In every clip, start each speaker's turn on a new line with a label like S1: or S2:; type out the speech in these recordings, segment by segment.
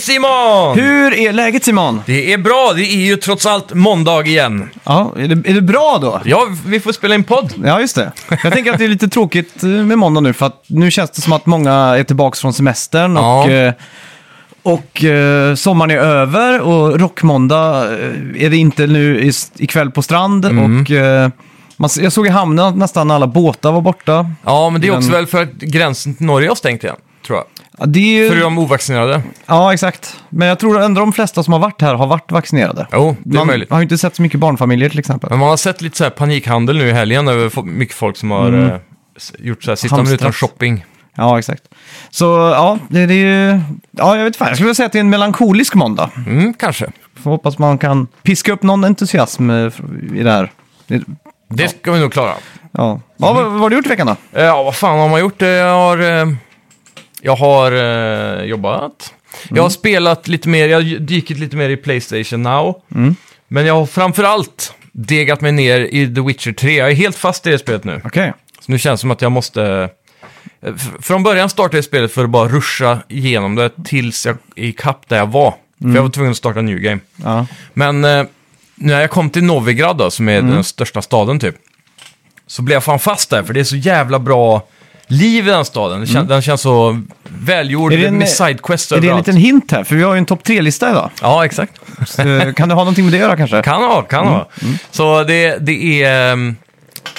S1: Simon!
S2: Hur är läget Simon?
S1: Det är bra, det är ju trots allt måndag igen.
S2: Ja, är det, är det bra då?
S1: Ja, vi får spela in podd.
S2: Ja, just det. Jag tänker att det är lite tråkigt eh, med måndag nu för att nu känns det som att många är tillbaka från semestern och,
S1: Ja.
S2: eh, och eh, sommaren är över och rockmåndag eh, är det inte nu i- ikväll på strand.
S1: Mm.
S2: Och, eh, man, s- jag såg i hamnen att nästan alla båtar var borta.
S1: Ja, men det är också
S2: Men-
S1: väl för att gränsen till Norge har stängt igen, tror jag.
S2: Ja, det är ju,
S1: För de ovaccinerade.
S2: Ja, exakt. Men jag tror ändå de flesta som har varit här har varit vaccinerade.
S1: Jo, det är
S2: Man
S1: möjligt.
S2: har ju inte sett så mycket barnfamiljer till exempel.
S1: Men man har sett lite så här panikhandel nu i helgen över fo- mycket folk som har eh, s- gjort så här sista
S2: Mm. Hamstrat.
S1: minuten shopping.
S2: Ja, exakt. Så ja, det, det är ju... Ja, jag vet fan. Jag skulle vilja säga att det är en melankolisk måndag.
S1: Mm, kanske.
S2: Får hoppas man kan piska upp någon entusiasm eh, fr- i det här. Det-
S1: Det ska vi nog klara.
S2: Ja. ja vad, vad har du gjort i veckan då?
S1: Eh, Ja, vad fan har man gjort? Eh, Jag har, eh, jag har eh, jobbat. Jag har spelat lite mer, jag har dykit lite mer i Playstation Now. Men jag har framförallt degat mig ner i The Witcher 3. Jag är helt fast i det spelet nu.
S2: Okej.
S1: Så nu känns det som att jag måste... eh, f- Från början startade jag spelet för att bara ruscha igenom det tills jag är i kapp där jag var. För jag var tvungen att starta en New Game.
S2: Ja.
S1: Men eh, när jag kom till Novigrad då, som är
S2: Mm.
S1: den största staden typ, så blev jag fan fast där, för det är så jävla bra liv i den staden. Det kän- Den känns så välgjord,
S2: Mm. Är det en-
S1: med sidequests
S2: Är det en
S1: överallt.
S2: liten hint här? För vi har ju en topp tre-lista idag.
S1: Ja, exakt.
S2: Så, eh, kan det ha någonting med det att göra kanske?
S1: Kan ha, kan ha.
S2: Mm.
S1: Så det, det är... ehm,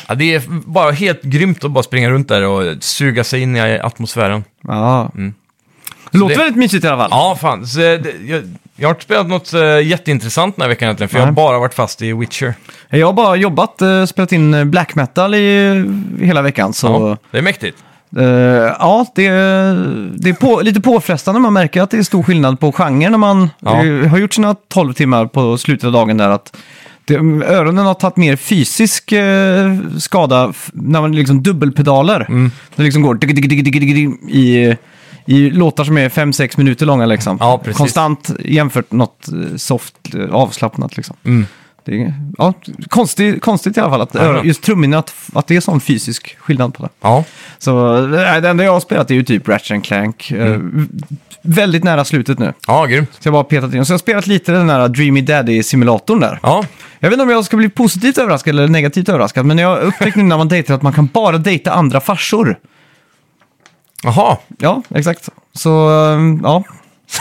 S1: Ja, det är bara helt grymt att bara springa runt där och suga sig in i atmosfären.
S2: Ja. Det låter
S1: Mm. det-
S2: väldigt mysigt i alla fall.
S1: Ja, fan. Så eh, det, jag, jag har inte spelat något eh, jätteintressant den här veckan egentligen, för jag har
S2: Nej.
S1: bara varit fast i Witcher.
S2: Jag har bara jobbat, eh, spelat in eh, black metal i eh, hela veckan. Så...
S1: Ja, det är mäktigt.
S2: Eh, ja, det, det är på, lite påfrestande. Man märker att det är stor skillnad på genre när man
S1: Ja.
S2: eh, har gjort sina 12 timmar på slutet av dagen. där att det, mm, Öronen har tagit mer fysisk eh, skada f- när man liksom dubbelpedaler.
S1: Mm.
S2: Det liksom går dig, dig, dig, dig, dig, dig, i, i låtar som är 5-6 minuter långa. Liksom.
S1: Ja, precis.
S2: Konstant jämfört med något eh, soft, eh, avslappnat. Liksom. Det är, ja, konstigt, konstigt i alla fall att
S1: Mm. Ja.
S2: ö- just trumminnet, att, att det är sån fysisk skillnad på det.
S1: Ja.
S2: Så nej, det enda jag har spelat är ju typ Ratchet and Clank. Eh, väldigt nära slutet nu.
S1: Ja, grymt.
S2: Så jag bara petat in. Så jag har spelat lite den där Dreamy Daddy-simulatorn där.
S1: Ja,
S2: Jag vet inte om jag ska bli positivt överraskad eller negativt överraskad, men jag har upptäckt nu när man dejtar att man kan bara dejta andra farsor.
S1: jaha.
S2: Ja, exakt. Så, eh, ja.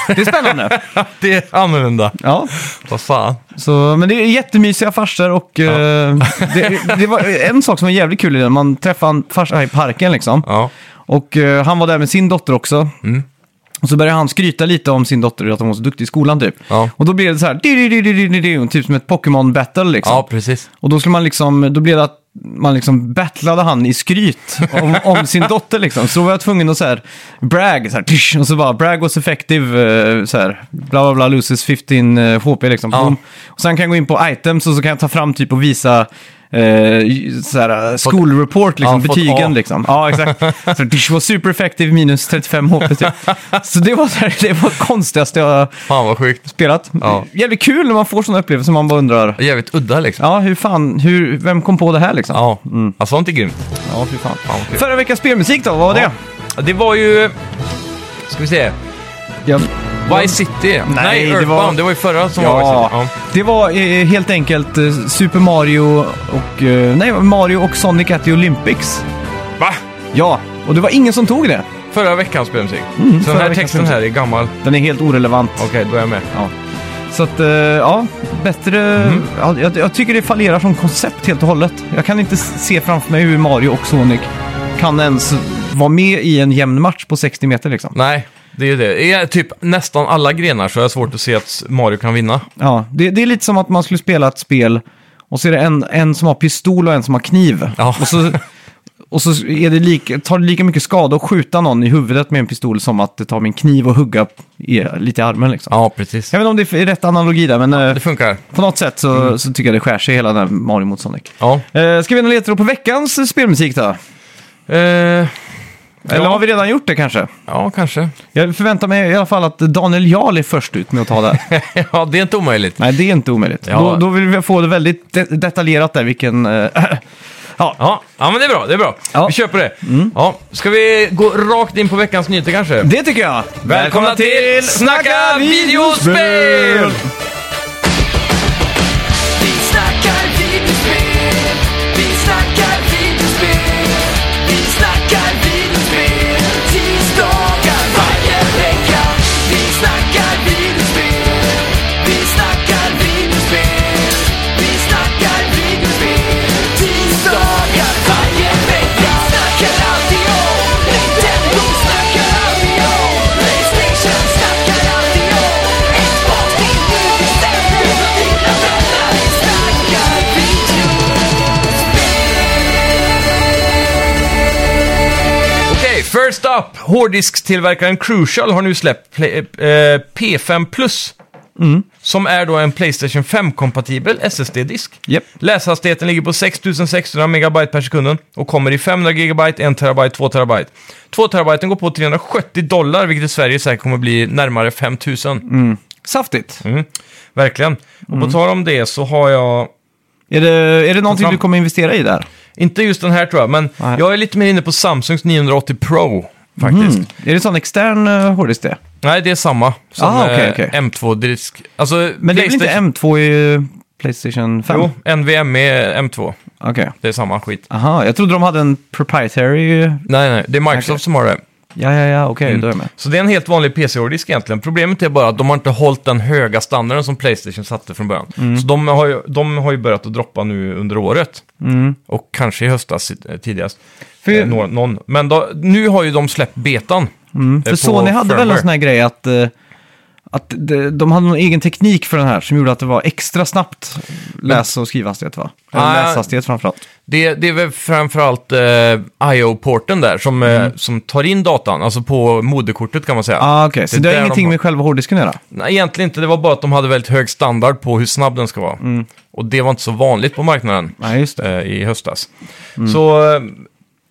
S2: Det är spännande.
S1: Det är annorlunda.
S2: Ja,
S1: Vad fan.
S2: så, men det är jättemysiga farsor och eh, det, det var en sak som var jävligt kul i den. Man träffade en farsa i parken liksom.
S1: Ja.
S2: Och eh, han var där med sin dotter också. Och så började han skryta lite om sin dotter, att hon var så duktig i skolan typ.
S1: Ja.
S2: Och då blev det så här, "Di, di, di, di, di, di, di", typ som ett Pokémon-battle liksom.
S1: ja, precis.
S2: Och då skulle man liksom, då blev det att man liksom battlade han i skryt om, om sin dotter liksom. Så då var jag tvungen att så här, brag, så här, tisch, och så bara, brag was effective, eh, så här, bla bla bla, loses 15 eh, HP liksom.
S1: Ja.
S2: Boom. Och sen kan jag gå in på items och så kan jag ta fram typ och visa Eh, så här, school report, liksom,
S1: ja, fått A.
S2: betygen liksom. Ja, exakt. Så tisch var super effective, minus 35 HP typ. Så det var, så här, det var konstigaste jag har
S1: Fan vad sjukt.
S2: spelat.
S1: Ja.
S2: Jävligt kul när man får sådana upplevelser, man bara undrar.
S1: Jävligt udda liksom.
S2: Ja, hur fan, hur, vem kom på det här liksom?
S1: Ja, ja sånt är grymt.
S2: ja hur fan.
S1: Fan, vad kul.
S2: Förra veckans spelmusik då, vad var det?
S1: Ja, det var ju... Ska vi se.
S2: Ja,
S1: Vice City. Nej,
S2: det var-
S1: Earthbound. Det var... ju förra som var Vice
S2: ja.
S1: City.
S2: det var eh, helt enkelt eh, Super Mario och, eh, nej, Mario och Sonic at the Olympics.
S1: Ja. Va?
S2: Ja, och det var ingen som tog det.
S1: Förra veckans spelmusik. så
S2: förra
S1: den här
S2: veckans
S1: texten
S2: spelmusik.
S1: här är gammal.
S2: Den är helt orelevant.
S1: Okej, då är jag med.
S2: Ja. Så att, eh, ja, bättre... Ja, jag, jag tycker det fallerar som koncept helt och hållet. Jag kan inte s- se framför mig hur Mario och Sonic kan ens vara med i en jämn match på 60 meter liksom.
S1: Nej, det är ju det. I typ nästan alla grenar så är det svårt att se att Mario kan vinna.
S2: Ja, det, det är lite som att man skulle spela ett spel och så är det en, en som har pistol och en som har kniv.
S1: Ja.
S2: Och så, och så är det lika, tar det lika mycket skada att skjuta någon i huvudet med en pistol som att det tar min kniv och hugga i, lite i armen. Liksom.
S1: Ja, precis.
S2: Jag vet inte om det är rätt analogi där, men eh,
S1: Det Mm. funkar.
S2: på något sätt så, så tycker jag det skär sig hela den här Mario mot Sonic.
S1: Ja.
S2: Eh, ska vi ändå leta då på veckans eh, spelmusik då?
S1: Eh,
S2: Eller
S1: Ja.
S2: har vi redan gjort det kanske?
S1: ja, kanske.
S2: Jag förväntar mig i alla fall att Daniel Jarl är först ut med att ta det här.
S1: ja, det är inte omöjligt.
S2: Nej, det är inte omöjligt.
S1: Ja.
S2: Då, då vill vi få det väldigt de- detaljerat där, vilken, eh, Ja.
S1: Ja, ja Mm. men det är bra, det är bra.
S2: Ja.
S1: Vi köper det. Ja. Ska vi gå rakt in på veckans nyheter kanske?
S2: Det tycker jag!
S1: Välkomna till Snacka videospel!
S3: Vi snackar videospel, vi snackar videospel, vi snackar videospel, tisdagar varje vecka. Vi snackar videospel, vi snackar videospel, vi snackar videospel, tisdagar varje vecka. Snackar alltid om Nintendo, snackar alltid om Playstation, snackar alltid om Xbox, din nu bestämmer du dina vänner. Vi snackar videospel.
S1: Okej, first up! Hårddiskstillverkaren Crucial har nu släppt Play- eh, P5 Plus. Som är då en Playstation 5-kompatibel SSD-disk.
S2: Japp.
S1: Läshastigheten ligger på 6600 megabyte per sekund och kommer i 500 gigabyte, 1 terabyte, 2 terabyte. 2 terabyte går på 370 dollar, vilket i Sverige säkert kommer bli närmare 5000.
S2: Saftigt.
S1: Mm. Verkligen. Och
S2: Mm.
S1: på tal om det så har jag
S2: Är, det, är det någonting
S1: fram-
S2: du kommer investera i där?
S1: Inte just den här tror jag, men
S2: Nej.
S1: jag är lite mer inne på Samsungs 980 Pro faktiskt.
S2: Mm. Är det sån extern uh, hårddisk det?
S1: Nej, det är samma som
S2: Ah, okej,
S1: eh,
S2: okej.
S1: M2-disk. Alltså,
S2: Men det är väl inte M2 i eh, Playstation 5?
S1: Jo, NVMe M2.
S2: Okej.
S1: E Det är samma skit.
S2: Aha, jag trodde de hade en proprietary...
S1: Nej, nej, det är Microsoft
S2: Okej.
S1: som har det.
S2: Ja, ja, ja, okej,
S1: Mm.
S2: då är jag med.
S1: Så det är en helt vanlig PC-hårddisk egentligen. Problemet är bara att de har inte hållit den höga standarden som Playstation satte från början.
S2: Mm.
S1: Så de har, ju, de har ju börjat att droppa nu under året. Och kanske i höstas eh, tidigast.
S2: Mm. För-
S1: Eh, nå- någon. Men då, nu har ju de släppt betan. eh,
S2: Mm. För
S1: på
S2: Sony hade väl en
S1: firmware.
S2: sån här grej att, eh, att de, de hade någon egen teknik för den här som gjorde att det var extra snabbt läs och skrivhastighet va? Eller
S1: Ah, ja.
S2: läshastighet framförallt.
S1: Det, det är väl framförallt eh, IO-porten där som, eh, som tar in datan, alltså på moderkortet kan man säga.
S2: Mm. Ah, okej. Så
S1: Det är
S2: det
S1: där
S2: har
S1: de
S2: ingenting
S1: har-
S2: med själva hårddisken att göra?
S1: Nej, egentligen inte. Det var bara att de hade väldigt hög standard på hur snabb den ska vara.
S2: Mm.
S1: Och det var inte så vanligt på marknaden
S2: Nej, just det.
S1: eh, i höstas. Så eh,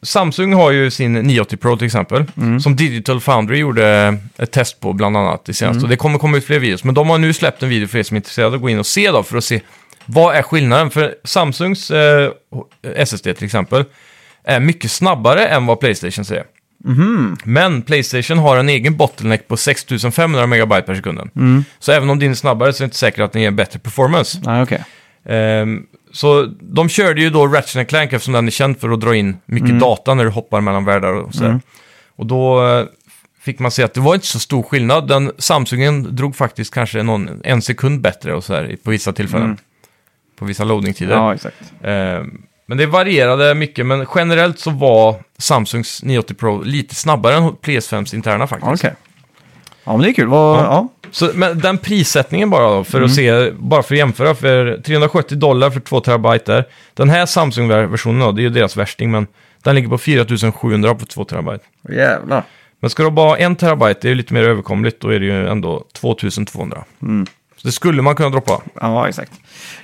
S1: Samsung har ju sin 980 Pro till exempel, som Digital Foundry gjorde eh, ett test på bland annat i senaste. Och det kommer komma ut fler videos, men de har nu släppt en video för er som är intresserade att gå in och se då, för att se vad är skillnaden. För Samsungs eh, SSD till exempel är mycket snabbare än vad Playstation säger. Men Playstation har en egen bottleneck på 6500 megabyte per sekund. Så även om din är snabbare så är det inte säkert att den ger bättre performance.
S2: Nej, Ah, okej.
S1: Ehm, så de körde ju då Ratchet Clank eftersom den är känd för att dra in mycket
S2: Mm.
S1: data när du hoppar mellan världar och sådär. Och då eh, fick man se att det var inte så stor skillnad. Den Samsungen drog faktiskt kanske någon, en sekund bättre och sådär på vissa tillfällen. På vissa loadingtider.
S2: Mm. Ja, exakt.
S1: Ehm, men det varierade mycket, men generellt så var Samsungs 980 Pro lite snabbare än PS5s interna
S2: Okej.
S1: faktiskt.
S2: Ja, men det är kul. Vad, ja.
S1: Så, men den prissättningen bara då, för att
S2: Mm.
S1: se, bara för att jämföra, för 370 dollar för 2 terabyte där. Den här Samsung-versionen då, det är ju deras värsting, men den ligger på 4700 på 2 terabyte.
S2: Jävlar.
S1: Men ska du bara ha 1 terabyte, det är ju lite mer överkomligt, då är det ju ändå 2200.
S2: Mm.
S1: Så det skulle man kunna droppa.
S2: Ja, exakt.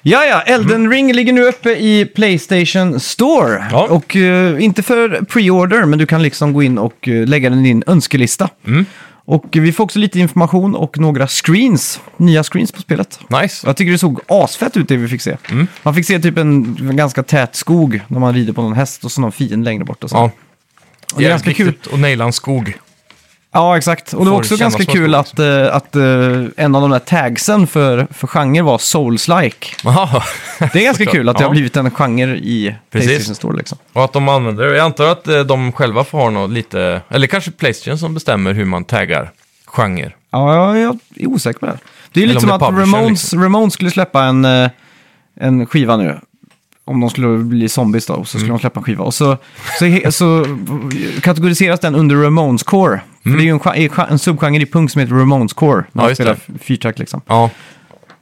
S2: Ja, ja, Elden Ring ligger nu uppe i Playstation Store.
S1: Mm. Ja.
S2: Och eh, inte för pre-order, men du kan liksom gå in och eh, lägga den i din önskelista.
S1: Mm.
S2: Och eh, vi får också lite information och några screens, nya screens på spelet.
S1: Nice.
S2: Jag tycker det såg asfett ut det vi fick se.
S1: Mm.
S2: Man fick se typ en ganska tät skog när man rider på någon häst och så någon fiend längre bort och så.
S1: Ja.
S2: det är ganska kul.
S1: Och naila en skog.
S2: Ja, exakt. Och det var
S1: Får
S2: också
S1: känna
S2: ganska
S1: som
S2: kul
S1: en
S2: att, eh, att eh, en av de där tagsen för, för genre var souls-like.
S1: Aha.
S2: Det är ganska kul att det
S1: Ja.
S2: har blivit en genre i
S1: Precis.
S2: Playstation Store. Liksom.
S1: Och att de använder det. Jag antar att eh, de själva får ha något lite, eller kanske Playstation som bestämmer hur man taggar genre.
S2: Ja, jag, jag är osäker på det. Det liksom. är ju
S1: Eller
S2: lite
S1: om
S2: som
S1: det
S2: att
S1: är publisher,
S2: Ramones, Ramones skulle släppa en, eh, en skiva nu. Om de skulle bli zombies då, och så skulle de släppa en skiva. Och så, så, he- så kategoriseras den under Ramones Core. För det är ju en, gen- en subgenre i punk som heter Ramones Core. När
S1: Ja,
S2: man
S1: just
S2: spelar
S1: det.
S2: fyrtrack liksom.
S1: Ja.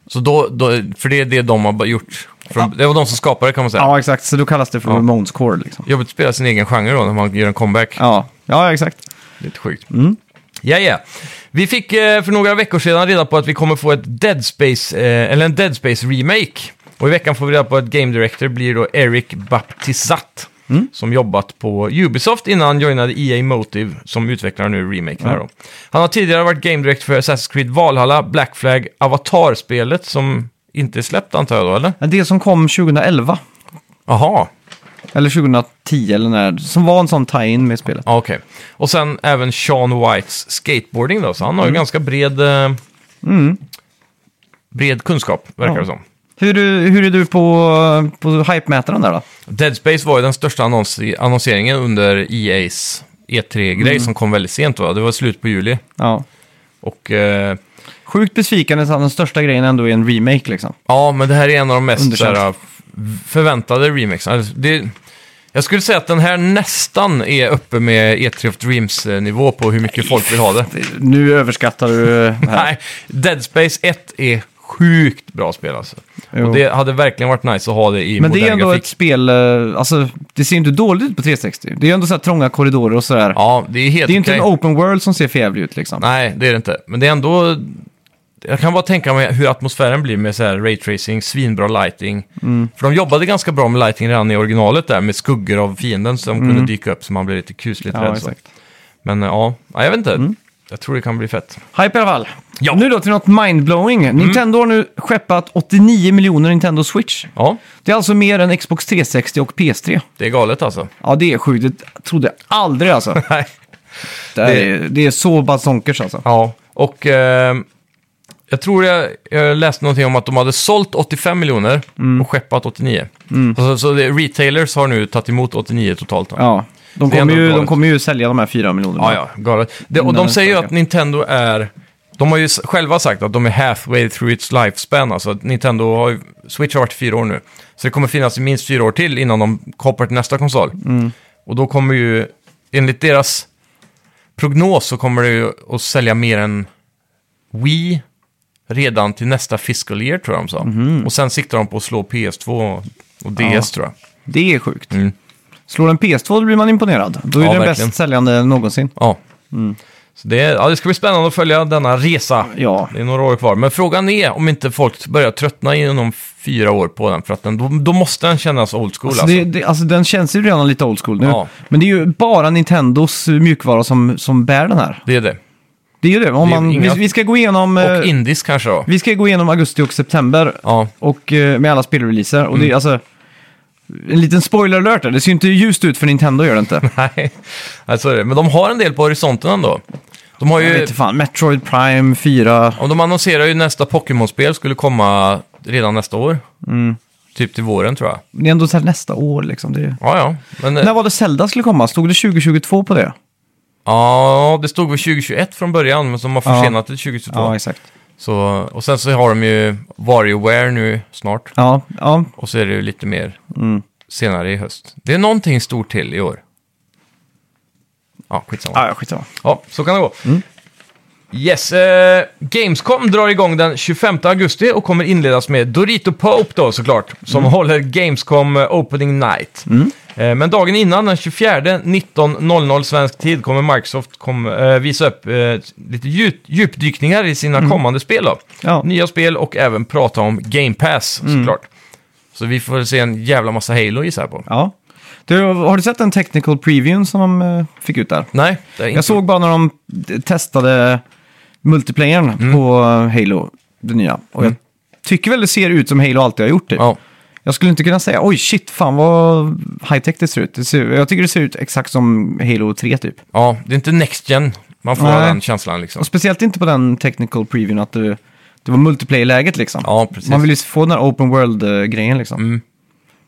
S1: Så då, då, för det är det de har bara gjort. För Det var de som skapade det kan man säga.
S2: Ja, exakt. Så då kallas det för Ramones Core liksom.
S1: Jobbigt att spela sin egen genre då när man gör en comeback.
S2: Ja, ja exakt.
S1: Lite sjukt. Ja, ja. Vi fick eh, för några veckor sedan reda på att vi kommer få ett Dead Space, eh, eller en Dead Space remake. Och i veckan får vi reda på att Game Director blir då Eric Baptizat. Som jobbat på Ubisoft innan han joinade EA Motive som utvecklar nu remaken här då. Han har tidigare varit Game Director för Assassin's Creed Valhalla, Black Flag, Avatar-spelet som inte är släppt antar jag då, eller?
S2: Men Det som kom 2011.
S1: Jaha.
S2: Eller 2010 eller när, som var en sån tie-in med spelet.
S1: Ja, Okej. Och sen även Sean Whites skateboarding då, så han
S2: Mm.
S1: har ju ganska bred, eh, bred kunskap, verkar
S2: Ja.
S1: det som.
S2: Hur, hur är du på, på hype-mätaren där då?
S1: Dead Space var ju den största annons annonseringen under E EA's E3-grej
S2: Mm.
S1: som kom väldigt sent va? Det var slut på juli.
S2: Ja.
S1: Och eh,
S2: Sjukt besviken att den största grejen ändå är en remake liksom.
S1: ja, men det här är en av de mest
S2: Underkänt.
S1: såhär, förväntade remakes. Alltså, det, jag skulle säga att den här nästan är uppe med E E3 of Dreams-nivå eh, på hur mycket folk vill ha det.
S2: Nu överskattar du eh, det här.
S1: Nej, Dead Space 1 är sjukt bra spel alltså.
S2: Jo.
S1: Och det hade verkligen varit nice att ha det i
S2: Men
S1: modern
S2: det är ändå
S1: grafik.
S2: ett spel, eh, alltså det ser ju inte dåligt ut på 360. Det är ju ändå så här trånga korridorer och sådär.
S1: Ja, det är helt
S2: det är ju inte
S1: okej.
S2: en open world som ser förjävlig ut liksom.
S1: Nej, det är det inte. Men det är ändå... Jag kan bara tänka mig hur atmosfären blir med så här raytracing, svinbra lighting.
S2: Mm.
S1: För de jobbade ganska bra med lighting redan i originalet där, med skuggor av fienden som kunde dyka upp så man blev lite kusligt
S2: Mm. Ja,
S1: rädd. Så.
S2: exakt. Mm.
S1: Men eh, ja, ja, jag vet inte. Jag tror det kan bli fett.
S2: Hype i alla fall.
S1: Ja.
S2: Nu då till något mindblowing. Nintendo har nu skeppat 89 miljoner Nintendo Switch.
S1: Ja,
S2: Det är alltså mer än Xbox 360 och PS3.
S1: det är galet alltså.
S2: Ja, det är sjukt. Det trodde jag aldrig alltså.
S1: Nej.
S2: Det är, det är så bazonkers alltså.
S1: Ja, och eh, jag tror jag, jag läste någonting om att de hade sålt 85 miljoner
S2: Mm.
S1: och skeppat 89. Så, så det, retailers har nu tagit emot 89 totalt. då.
S2: Ja. De
S1: Det är
S2: kommer,
S1: ändå
S2: ju, de
S1: galet.
S2: kommer ju sälja de här 4 miljonerna.
S1: Ja, ja, galet. Det, och
S2: Innan
S1: de
S2: den
S1: säger ju
S2: starka.
S1: att Nintendo är... De har ju s- själva sagt att de är halfway through its lifespan. Alltså att Nintendo har ju... Switch har varit i fyra år nu. Så det kommer finnas i minst fyra år till innan de kopplar till nästa konsol. Och då kommer ju, enligt deras prognos så kommer det ju att sälja mer än Wii redan till nästa fiscal year tror jag de sa. Och sen siktar de på att slå PS2 och DS
S2: Ja.
S1: tror jag.
S2: Det är sjukt.
S1: Mm.
S2: Slår en PS2 då blir man imponerad. Då är
S1: Ja,
S2: den
S1: verkligen.
S2: bäst säljande någonsin.
S1: Ja.
S2: Mm.
S1: Så det, ja, det ska bli spännande att följa denna resa.
S2: Ja.
S1: Det är några år kvar. Men frågan är om inte folk börjar tröttna inom fyra år på den. För att den, då, då måste den kännas old school.
S2: Alltså,
S1: Alltså
S2: det, det, alltså den känns ju redan lite old school nu.
S1: Ja.
S2: Men det är ju bara Nintendos eh, mjukvara som, som bär den här.
S1: det är det.
S2: Det är ju det. Om
S1: Det är
S2: man,
S1: inga-
S2: vi, vi, ska gå igenom, eh,
S1: Och indisk kanske då.
S2: vi ska gå igenom augusti och september
S1: Ja. Mm.
S2: och, eh, med alla spelreleaser. Och det är alltså... En liten spoiler alert där. Det ser ju inte ljust ut för Nintendo gör det inte.
S1: Nej, Nej, så är det. Men de har en del på horisonten ändå. De har
S2: Jag
S1: ju...
S2: vet inte fan. Metroid Prime 4.
S1: Om de annonserar ju nästa Pokémon-spel skulle komma redan nästa år.
S2: Mm.
S1: Typ till våren tror jag.
S2: Det är ändå så här nästa år liksom. Det är...
S1: Ja, ja. Men,
S2: När var det Zelda skulle komma? Stod det 2022 på det?
S1: ja, det stod väl 2021 från början, men som har
S2: Ja.
S1: försenat till 2022.
S2: exakt.
S1: Så, och sen så har de ju WarioWare nu snart.
S2: Ja, ja.
S1: Och så är det ju lite mer senare i höst. Det är någonting stort till i år. Ja, skitsamma.
S2: Ah, ja skitsamma.
S1: Ja, så kan det gå.
S2: Mm.
S1: Yes, eh, Gamescom drar igång den 25 augusti och kommer inledas med Dorito Pope då såklart, som
S2: Mm.
S1: håller Gamescom eh, Opening Night. Eh, men dagen innan, den 24, 19.00 svensk tid, kommer Microsoft kom, eh, visa upp eh, lite djup, djupdykningar i sina kommande spel då.
S2: Mm. Ja. Mm.
S1: Nya spel och även prata om Game Pass såklart. Så vi får se en jävla massa Halo gissar jag på.
S2: ja. Du, har du sett den technical previewn som de eh, fick ut där?
S1: Nej, det är inte.
S2: Jag såg bara när de d- testade multiplayern på eh, Halo, det nya. Och
S1: Mm.
S2: jag tycker väl det ser ut som Halo alltid har gjort det.
S1: Ja.
S2: Jag skulle inte kunna säga, oj shit, fan vad high-tech det ser ut. Det ser, jag tycker det ser ut exakt som Halo 3 typ.
S1: ja, det är inte Next Gen. Man får
S2: Nej.
S1: den känslan liksom.
S2: Och speciellt inte på den technical previewn att det, det var multiplayer-läget liksom.
S1: Ja, precis. Mm.
S2: Man vill ju få den här open world-grejen liksom.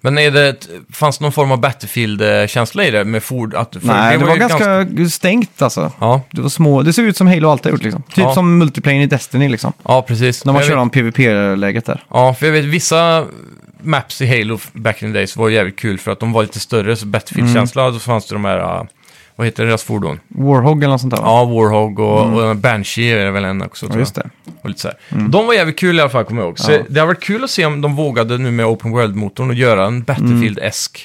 S1: Men är det, ett- fanns det någon form av Battlefield-känsla i det med Ford? Att, för
S2: Nej, det var
S1: ju
S2: ganska stängt alltså.
S1: Ja,
S2: Det var små, det ser ut som Halo alltid har gjort liksom. Typ
S1: Ja.
S2: som multiplayer i Destiny liksom.
S1: ja, precis.
S2: När man
S1: Jag
S2: kör
S1: vet,
S2: om PVP-läget där.
S1: ja, för jag vet vissa maps i Halo back in the days var jävligt kul för att de var lite större, så Battlefield-känsla,
S2: Mm.
S1: då fanns det de här, ah, vad heter deras fordon?
S2: Warhog eller något sånt där va?
S1: Ja, Warhog och, och Banshee är det väl en också tror
S2: Mm. Ja,
S1: jag.
S2: just det. Mm.
S1: Och lite så här. De var jävligt kul i alla fall, kommer jag ihåg. Så
S2: Ja.
S1: det har varit kul att se om de vågade nu med Open World-motorn och göra en Battlefield-esk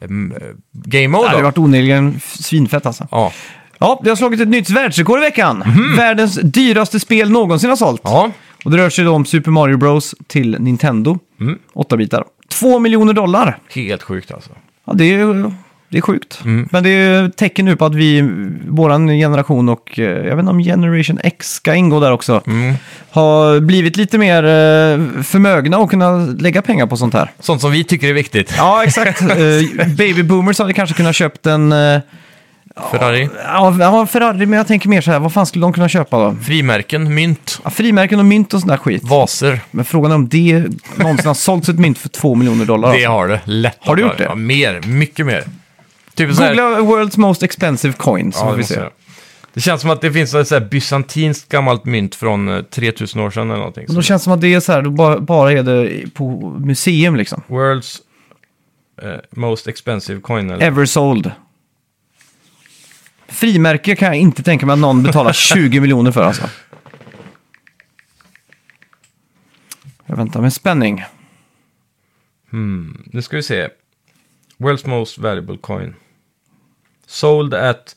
S1: mm. game
S2: Det hade
S1: mode. då.
S2: varit onekligen f- svinfett alltså.
S1: Ja,
S2: Ja, det har slagit ett nytt världsrekord i veckan. Världens dyraste spel någonsin har sålt.
S1: ja.
S2: Och det rör sig då om Super Mario Bros till Nintendo. Åtta bitar. Två miljoner dollar.
S1: Helt sjukt alltså.
S2: Ja, det är ju det är sjukt.
S1: Mm.
S2: Men det är ju ett tecken nu på att vi, våran generation och eh, jag vet inte om Generation X ska ingå där också,
S1: Mm.
S2: har blivit lite mer eh, förmögna att kunna lägga pengar på sånt här.
S1: Sånt som vi tycker är viktigt.
S2: Ja, exakt. Eh, Baby boomers hade kanske kunnat köpt en eh,
S1: Ferrari.
S2: ja, ja, Ferrari, men jag tänker mer så här, vad fan skulle de kunna köpa då?
S1: Frimärken, mynt,
S2: Ja, frimärken och mynt och sån där skit.
S1: vaser.
S2: Men frågan är om det någonsin har sålts ett mynt för 2 miljoner dollar.
S1: Det har det. Lätt.
S2: Har du
S1: att
S2: gjort det?
S1: Ja, mer, mycket mer. Typ så här-
S2: Googla World's Most Expensive Coin så
S1: Ja,
S2: får
S1: det,
S2: vi
S1: måste
S2: se.
S1: jag. det känns som att det finns ett så här bysantinskt gammalt mynt från eh, 3000 år sedan eller någonting.
S2: Och då känns det som att det är så här, då bara, bara är det på museum liksom.
S1: World's eh, most expensive coin. Eller?
S2: Ever sold. Frimärke kan jag inte tänka mig att någon betalar 20 miljoner för alltså. Jag väntar med spänning.
S1: Nu ska vi se. World's most valuable coin. Sold at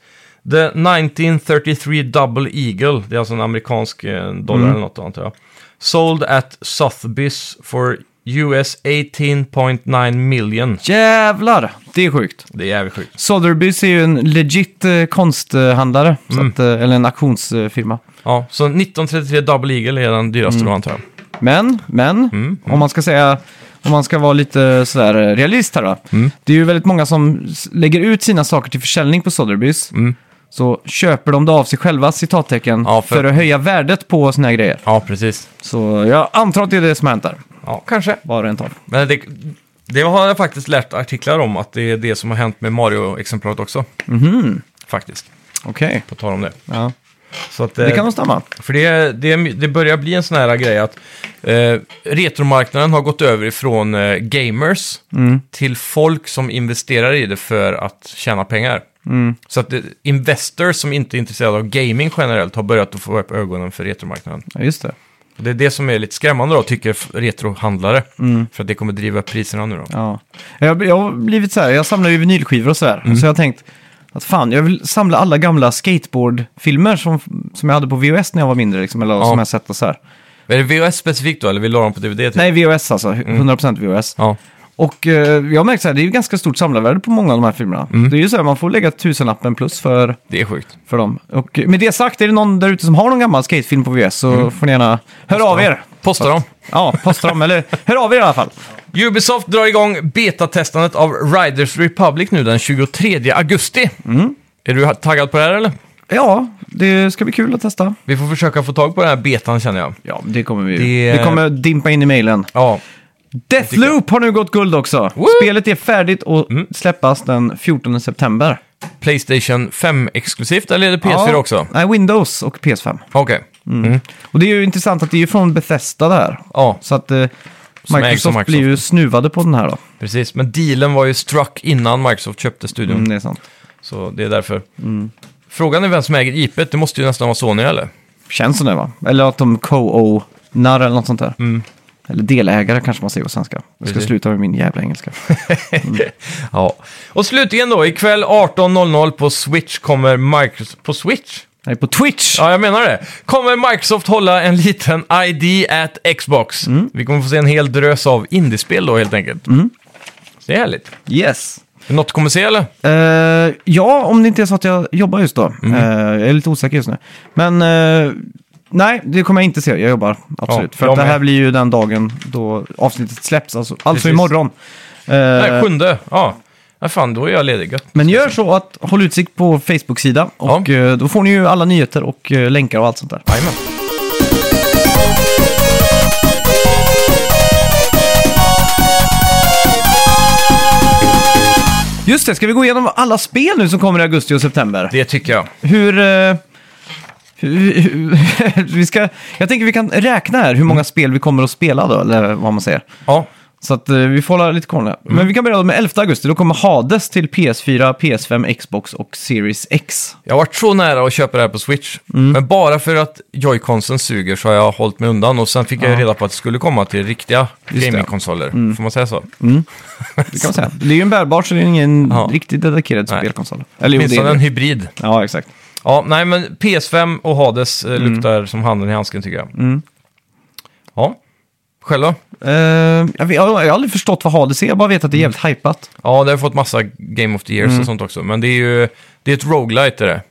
S1: the 1933 Double Eagle. Det är alltså en amerikansk eh, dollar
S2: Mm.
S1: eller något antar jag. Sold at Sotheby's for US 18.9 million.
S2: Jävlar, det är sjukt.
S1: Det är jävligt sjukt.
S2: Sotheby's är ju en legit eh, konsthandlare, så att, eh, eller en auktionsfirma.
S1: Ja, så 1933 Double Eagle är den dyraste
S2: Mm.
S1: då antar jag.
S2: Men, men,
S1: Mm,
S2: om man ska säga, om man ska vara lite sådär eh, realist här då.
S1: Mm.
S2: Det är ju väldigt många som s- lägger ut sina saker till försäljning på Sotheby's. Så köper de det av sig själva, citattecken,
S1: Mm. Ja, för-
S2: för... att höja värdet på såna här grejer.
S1: Ja, precis.
S2: Så jag antar att det är det som har hänt där.
S1: Ja, kanske.
S2: Bara en av.
S1: Men det, det har jag faktiskt lärt artiklar om, att det är det som har hänt med Mario-exemplaret också.
S2: Mhm.
S1: Faktiskt,
S2: Okej.
S1: på tal om det.
S2: Ja.
S1: Så att,
S2: Det
S1: eh,
S2: kan nog stämma.
S1: För det, det, det börjar bli en sån här grej att eh, retromarknaden har gått över ifrån eh, gamers till folk som investerar i det för att tjäna pengar. Så att det, investors som inte är intresserade av gaming generellt har börjat att få upp ögonen för retromarknaden.
S2: Ja, just det.
S1: Och det är det som är lite skrämmande då, tycker f- retrohandlare. För att det kommer driva upp priserna nu då.
S2: Ja. Jag, jag har blivit så här, jag samlar ju vinylskivor och så
S1: Mm.
S2: här. Så jag har tänkt att fan, jag vill samla alla gamla skateboardfilmer som, som jag hade på VHS när jag var mindre, liksom, eller som jag sett och så här.
S1: Är det VHS specifikt då, eller vill du ha dem på DVD? Typ?
S2: Nej, VHS alltså. 100% VHS.
S1: Ja.
S2: Och eh, jag har märkt så här, det är ju ganska stort samlarvärde på många av de här filmerna.
S1: Mm.
S2: Det är ju så här, man får lägga tusenlappen plus för,
S1: Det är sjukt.
S2: för dem. Och eh, med det sagt, är det någon där ute som har någon gammal skatefilm på VHS så får ni gärna höra av er.
S1: Mm. Posta dem.
S2: Ja, posta dem, eller hör av er i alla fall.
S1: Ubisoft drar igång betatestandet av Riders Republic nu den 23 augusti.
S2: Mm.
S1: Är du taggad på det här eller?
S2: Ja, det ska bli kul att testa.
S1: Vi får försöka få tag på den här betan känner jag.
S2: Ja, det kommer vi
S1: Det-
S2: Det kommer dimpa in i mailen.
S1: Ja,
S2: Deathloop har nu gått guld också.
S1: Woo! Mm.
S2: Spelet är färdigt och släppas den 14 september.
S1: Playstation 5 exklusivt eller är det PS4
S2: Ja,
S1: också?
S2: Nej, Windows och PS5.
S1: Okej. Mm.
S2: Och det är ju intressant att det är ju från Bethesda det här.
S1: Ja,
S2: Så att eh,
S1: ägs av
S2: Microsoft,
S1: Microsoft. Mm.
S2: blir ju snuvade på den här då.
S1: precis. Men dealen var ju struck innan Microsoft köpte studion.
S2: Mm, det är sant.
S1: Så det är därför. Frågan är vem som äger IP. Det måste ju nästan vara Sony eller?
S2: Känns som det va? Eller att de co-ownar eller något sånt där. Eller delägare kanske man säger på svenska. Jag ska
S1: Mm. Precis.
S2: sluta med min jävla engelska. Mm.
S1: Ja. Och slutligen då, ikväll 18.00 på Switch kommer Microsoft... På Switch?
S2: Nej, på Twitch!
S1: Ja, jag menar det. Kommer Microsoft hålla en liten ID at Xbox?
S2: Mm.
S1: Vi kommer få se en hel drös av indiespel då helt enkelt. Det är härligt.
S2: Yes!
S1: Är Något du kommer se eller?
S2: Eh, ja, om det inte är så att jag jobbar just då.
S1: Mm.
S2: Eh, jag är lite osäker just nu. Men eh, nej, det kommer jag inte se. Jag jobbar, absolut.
S1: Ja,
S2: För
S1: jag
S2: att det här
S1: med.
S2: blir ju den dagen då avsnittet släpps, alltså, alltså
S1: Precis.
S2: imorgon. Eh,
S1: Nej, sjunde. Ja. ja, fan då är jag ledig. Gött.
S2: Men gör så att håll utsikt på Facebook-sida och
S1: Ja.
S2: eh, då får ni ju alla nyheter och eh, länkar och allt sånt där.
S1: Jajamän.
S2: Just det, ska vi gå igenom alla spel nu som kommer i augusti och september?
S1: Det tycker jag.
S2: Hur... eh, hur- hur- vi ska, jag tänker vi kan räkna här hur många spel vi kommer att spela då, eller vad man säger.
S1: Ja,
S2: Så att eh, vi får hålla lite koll här. Men vi kan börja med 11 augusti, då kommer Hades till PS4, PS5, Xbox och Series X.
S1: jag har varit så nära att köpa det här på Switch.
S2: Mm.
S1: Men bara för att Joy-Consen suger så har jag hållit mig undan. Och sen fick jag reda på att det skulle komma till riktiga
S2: Just det. Mm.
S1: gamingkonsoler. Får man säga så?
S2: Det kan man säga. Det är ju en bärbar så det är ingen
S1: Ja.
S2: riktigt dedikerad
S1: Nej.
S2: spelkonsol. Eller jo, det
S1: Åtminstone
S2: är
S1: en
S2: det.
S1: hybrid.
S2: Ja, exakt.
S1: Ja, nej men
S2: Mm.
S1: PS5 och Hades eh, luktar som handen i handsken tycker jag. Ja. Själv då?
S2: Eh, jag, vet, jag har aldrig förstått vad Hades är, jag bara vet att det är jävligt hypat.
S1: Ja, det har ju fått massa Game of the Years
S2: Mm.
S1: och sånt också. Men det är ju det är ett roguelite är det.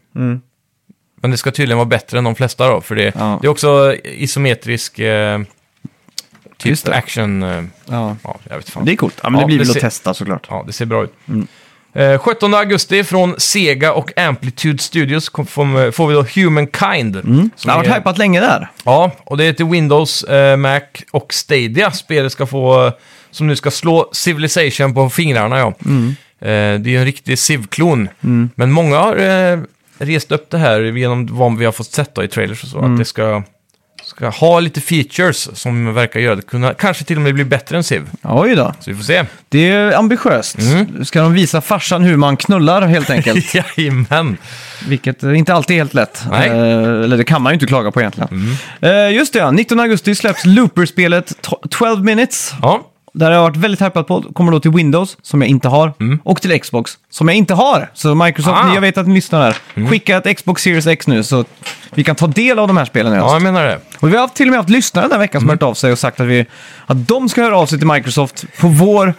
S1: Men det ska tydligen vara bättre än de flesta då, för det,
S2: Ja.
S1: det är också isometrisk eh,
S2: Just
S1: typ
S2: det.
S1: action. Eh,
S2: Ja.
S1: ja, jag vet fan.
S2: Det Mm. är coolt. Ja, men det
S1: Ja,
S2: blir
S1: det
S2: väl att
S1: ser-
S2: testa såklart.
S1: Ja, det ser bra ut. Eh, 17 augusti från Sega och Amplitude Studios kom, får, får vi då Humankind.
S2: Mm. Det har varit hypat länge där.
S1: Ja, och det är till Windows, eh, Mac och Stadia. Spelet ska få, eh, som nu ska slå Civilization på fingrarna. Ja. Eh, det är ju en riktig Civ-klon. Men många har eh, rest upp det här genom vad vi har fått sett då, i trailers och så. Att det ska, ska ha lite features som verkar göra det kunna, kanske till och med bli bättre än Civ.
S2: Oj då.
S1: Så vi får se.
S2: Det är ambitiöst. Ska de visa farsan hur man knullar helt enkelt.
S1: Jajamän!
S2: Vilket inte alltid är helt lätt.
S1: Nej.
S2: Eh, eller det kan man ju inte klaga på egentligen. Eh, just det, ja. 19 augusti släpps Looper-spelet to- 12 minutes.
S1: Ja,
S2: Där jag har varit väldigt hypad på. Kommer då till Windows, som jag inte har. Och till Xbox, som jag inte har. Så Microsoft,
S1: Mm. Ah. Mm.
S2: jag vet att ni lyssnar här. Skicka ett Xbox Series X nu så vi kan ta del av de här spelen. i höst.
S1: ja, Mm. jag menar det.
S2: Och vi har haft, till och med haft lyssnare den här veckan som har hört av sig och sagt att, vi, att de ska höra av sig till Microsoft på vår...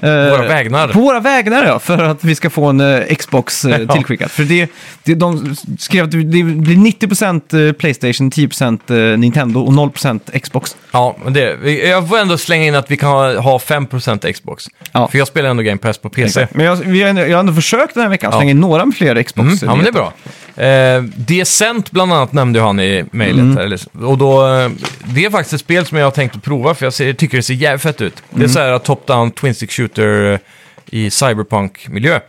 S2: eh,
S1: Våra vägnar.
S2: På våra vägnar, ja. För att vi ska få en eh, Xbox eh,
S1: Ja.
S2: tillskickad. För det, det, de skrev att det blir 90% eh, Playstation, 10% eh, Nintendo och 0% Xbox.
S1: Ja, men det, vi- jag får ändå slänga in att vi kan ha, ha 5% Xbox.
S2: Ja.
S1: För jag spelar ändå Game Pass på PC.
S2: Men jag, vi har, ändå- jag har ändå försökt den här veckan
S1: Ja.
S2: slänga in några fler Xbox.
S1: Mm, ja, men det är bra. Eh, Descent bland annat nämnde ju han i mejlet. här, eller- Och då, eh, det är faktiskt ett spel som jag har tänkt att prova för jag ser, tycker det ser jävligt fett ut. Det är så här top-down twin stick shooter eh, i cyberpunk-miljö.